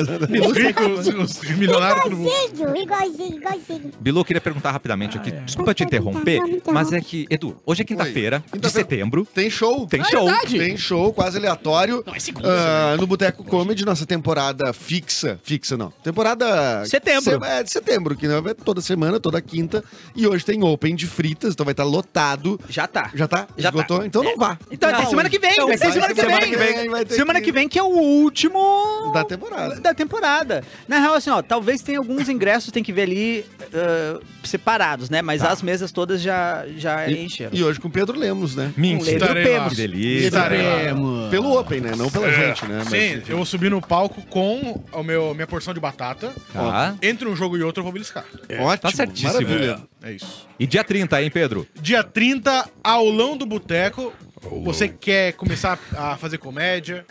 assim,
Os ricos, os milionários todo mundo.
igualzinho, igualzinho, igualzinho.
Bilu, eu queria perguntar rapidamente aqui. Desculpa te
Pode perguntar,
interromper,
não me interrompa.
mas é que, Edu, hoje é quinta-feira, de
Quinta-feira.
setembro,
Tem show. É
tem
Ah,
show.
verdade.
Tem show, quase aleatório.
Não, é segunda.
Ah, no Boteco Comedy, nossa temporada fixa. Fixa, não. Temporada.
Setembro.
Se- é, de setembro, que não é toda semana, toda quinta. E hoje tem Open de fritas, então vai estar lotado.
Já tá.
Já tá?
Já tá.
Esgotou? Então não vá.
Então,
Não,
até semana que vem. vai ser
vai
semana que
semana
vem.
que vem, vai ter
semana
que-
que vem, que é o último...
Da temporada.
Da temporada. Na real, assim, ó, talvez tenha alguns ingressos, tem que ver ali ah, separados, né? Mas as mesas todas já, já encheram.
Tá. E hoje com o Pedro Lemos, né?
Minx,
Leandro
Estarei lá.
que
Estarei
delícia.
lá.
Pelo Open, né? Não pela gente, né? Mas-
Sim, eu vou subir no palco com a meu, minha porção de batata.
Tá.
Entre um jogo e outro, eu vou beliscar.
Ótimo.
Tá certíssimo.
Maravilha.
É isso.
E dia 30, hein, Pedro?
Dia 30, aulão do boteco. Você quer começar a fazer comédia,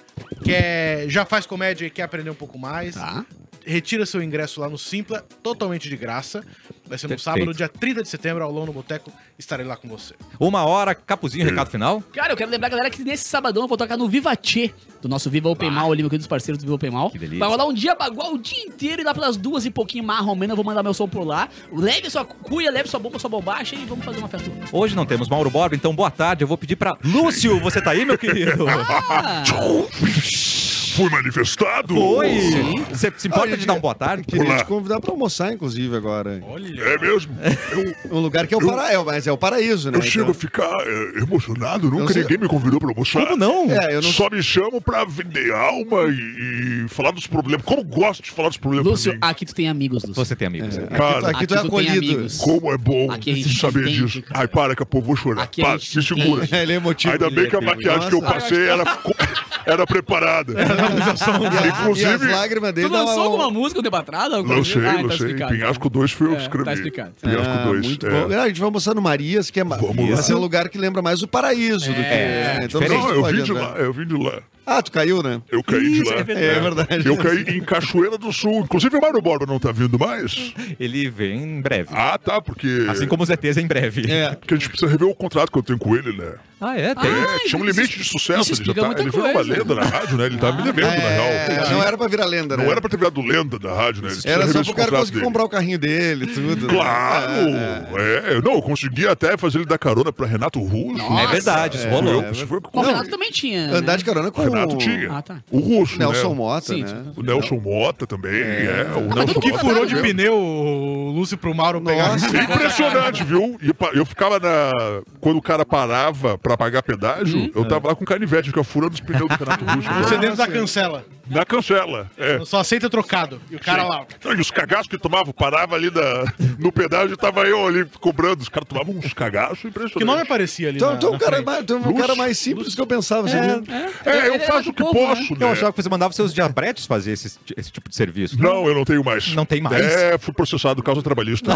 quer já faz comédia e quer aprender um pouco mais,
Tá.
retira seu ingresso lá no Simpla, totalmente de graça. Vai ser no
Perfeito.
sábado, dia 30 de setembro, aulão no boteco. Estarei lá com você.
Uma hora, capuzinho, recado final.
Cara, eu quero lembrar, galera, que nesse sabadão eu vou tocar no Viva Tchê, do nosso Viva Open Mal, ali, meu querido parceiro do Viva Open Mal.
Que delícia.
Vai rolar um dia bagual o dia inteiro e lá pelas duas e pouquinho, marromena, eu vou mandar meu som por lá. Leve sua cuia, leve sua bomba, sua bombacha e vamos fazer uma festa.
Hoje não temos Mauro Borba, então boa tarde. Eu vou pedir pra Lúcio, você tá aí, meu querido?
Ah,
Fui manifestado?
Oi! Você se importa
Ah,
de dar um boa tarde?
Queria
Olá.
te convidar pra almoçar, inclusive, agora.
É mesmo? Eu,
Um lugar que é o paraíso, mas é o paraíso, né?
eu chego a
Então-
ficar é, emocionado, nunca
sei.
ninguém me convidou pra almoçar.
Como não?
É, eu não
Só me chamam pra vender alma e, e e falar dos problemas. Como eu gosto de falar dos problemas
Lúcio,
pra mim.
aqui tu tem amigos, Lúcio.
Você tem amigos.
aqui,
Cara,
aqui tu é acolhido.
Como é bom
Aqui a gente
saber
entende,
disso. Ai, para, que a pouco eu vou chorar.
Aqui a
para,
gente
se segura.
entende. Ele é emotivo,
Ainda bem
ele
que a
é
maquiagem que eu
Nossa.
passei era, co- era preparada.
É,
E as
Inclusive,
lágrimas dele Tu é lançou
dava
um,
alguma música debatrada?
não sei, não sei. Pinhasco 2 foi eu que
Ah, tá É,
escrevi.
tá explicado.
Pinhasco
Ah,
2.
muito
é.
bom. Ah, A gente vai almoçar no Marias, que é, ma-
lá.
Esse é um lugar que lembra mais o paraíso do que.
É,
Então
diferente.
não,
Não, eu
pode
vim de
entrar.
lá, eu vim de lá.
Ah, tu caiu, né?
Eu caí de
Isso,
lá.
é verdade. É verdade.
Eu caí em Cachoeira do Sul. Inclusive, o Mário Borba não tá vindo mais.
Ele vem em breve.
Ah, tá, porque.
Assim como os ETs em breve.
É.
Porque a gente precisa rever o contrato que eu tenho com ele, né?
Ah, é? Tem.
é, tinha um
isso-
limite de sucesso.
isso
Ele, já
explica
tá,
muita
ele virou uma
coisa.
lenda na rádio, né? Ele tá me devendo, na real.
Ah, É, não era pra virar lenda, né?
Não era pra ter virado lenda da rádio, né? Ele precisa
Era
rever
só
esse
pro cara
contrato
conseguir
dele.
comprar o carrinho dele, tudo. né?
Claro!
É, é.
É, não, eu consegui até fazer ele dar carona pra Renato Russo.
Nossa. É verdade, isso
É,
rolou.
eu- isso foi
O Renato também tinha. né?
Andar de é. carona com
Renato
o-
Tinha.
Ah, tá.
O Russo,
Nelson
né?
Mota,
Sim,
né?
sim.
tipo,
O Nelson Mota também, é. o
Mas
Nelson
o que
Mota
furou de
também.
pneu o Lúcio pro Mauro pegar?
É
né?
impressionante, viu? E pa- Eu ficava na. Quando o cara parava pra pagar pedágio,
Uhum.
eu tava lá com canivete, ficava furando os pneus do Renato Russo.
Você dentro da cancela.
Na cancela, é.
Só aceita trocado. E o cara
Sim.
lá.
Não, e os cagaços que tomavam, parava ali da, no pedágio e tava eu ali cobrando. Os caras tomavam uns cagaços impressionantes.
Que nome aparecia ali?
Então,
na-
tu é um
na
cara,
frente?
mais, tu é um
Lúcio.
cara mais simples do que eu pensava. sabia?
É, eu faço o que posso, né?
Eu achava que você mandava seus diabretes fazer esse, esse tipo de serviço.
Não, eu não tenho mais.
Não tem mais?
É, fui processado causa trabalhista.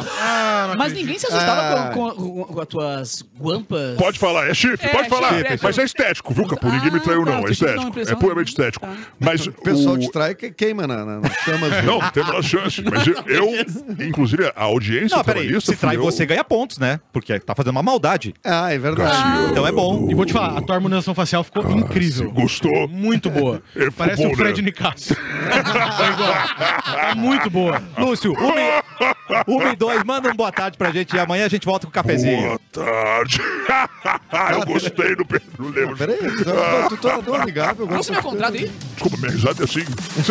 Mas ninguém se assustava
Ah.
com, com, com as tuas guampas.
Pode falar, é chifre,
É,
pode falar.
chifre, é chifre.
Mas é estético, viu, Capu? Ninguém me traiu,
tá,
não.
tu
É
quis dar uma
estético. É
impressão.
puramente estético. Mas
O pessoal
o- É,
distrai que queima na, na, na chama.
Não, tem uma chance. Mas eu, eu, inclusive, a audiência
Não, peraí.
trabalhista
Se trai
fui eu.
você, ganha pontos, né? Porque tá fazendo uma maldade.
Ah, é verdade.
Cassiano.
Então é bom.
Ah.
E vou te falar, a tua harmonização facial ficou incrível.
Gostou?
Muito boa.
É, ficou
Parece
bom,
o Fred
né?
Nicasso. Tá igual. Tá muito boa.
Lúcio, uma e, uma e dois, manda um boa tarde pra gente e amanhã a gente volta com o cafezinho.
Boa tarde. eu gostei do Pedro Lemos.
Peraí, então, tu tá- tu tá tu tá amigável. eu
Trouxe
gosto
meu
de-
contrato aí?
Desculpa, minha risada é assim.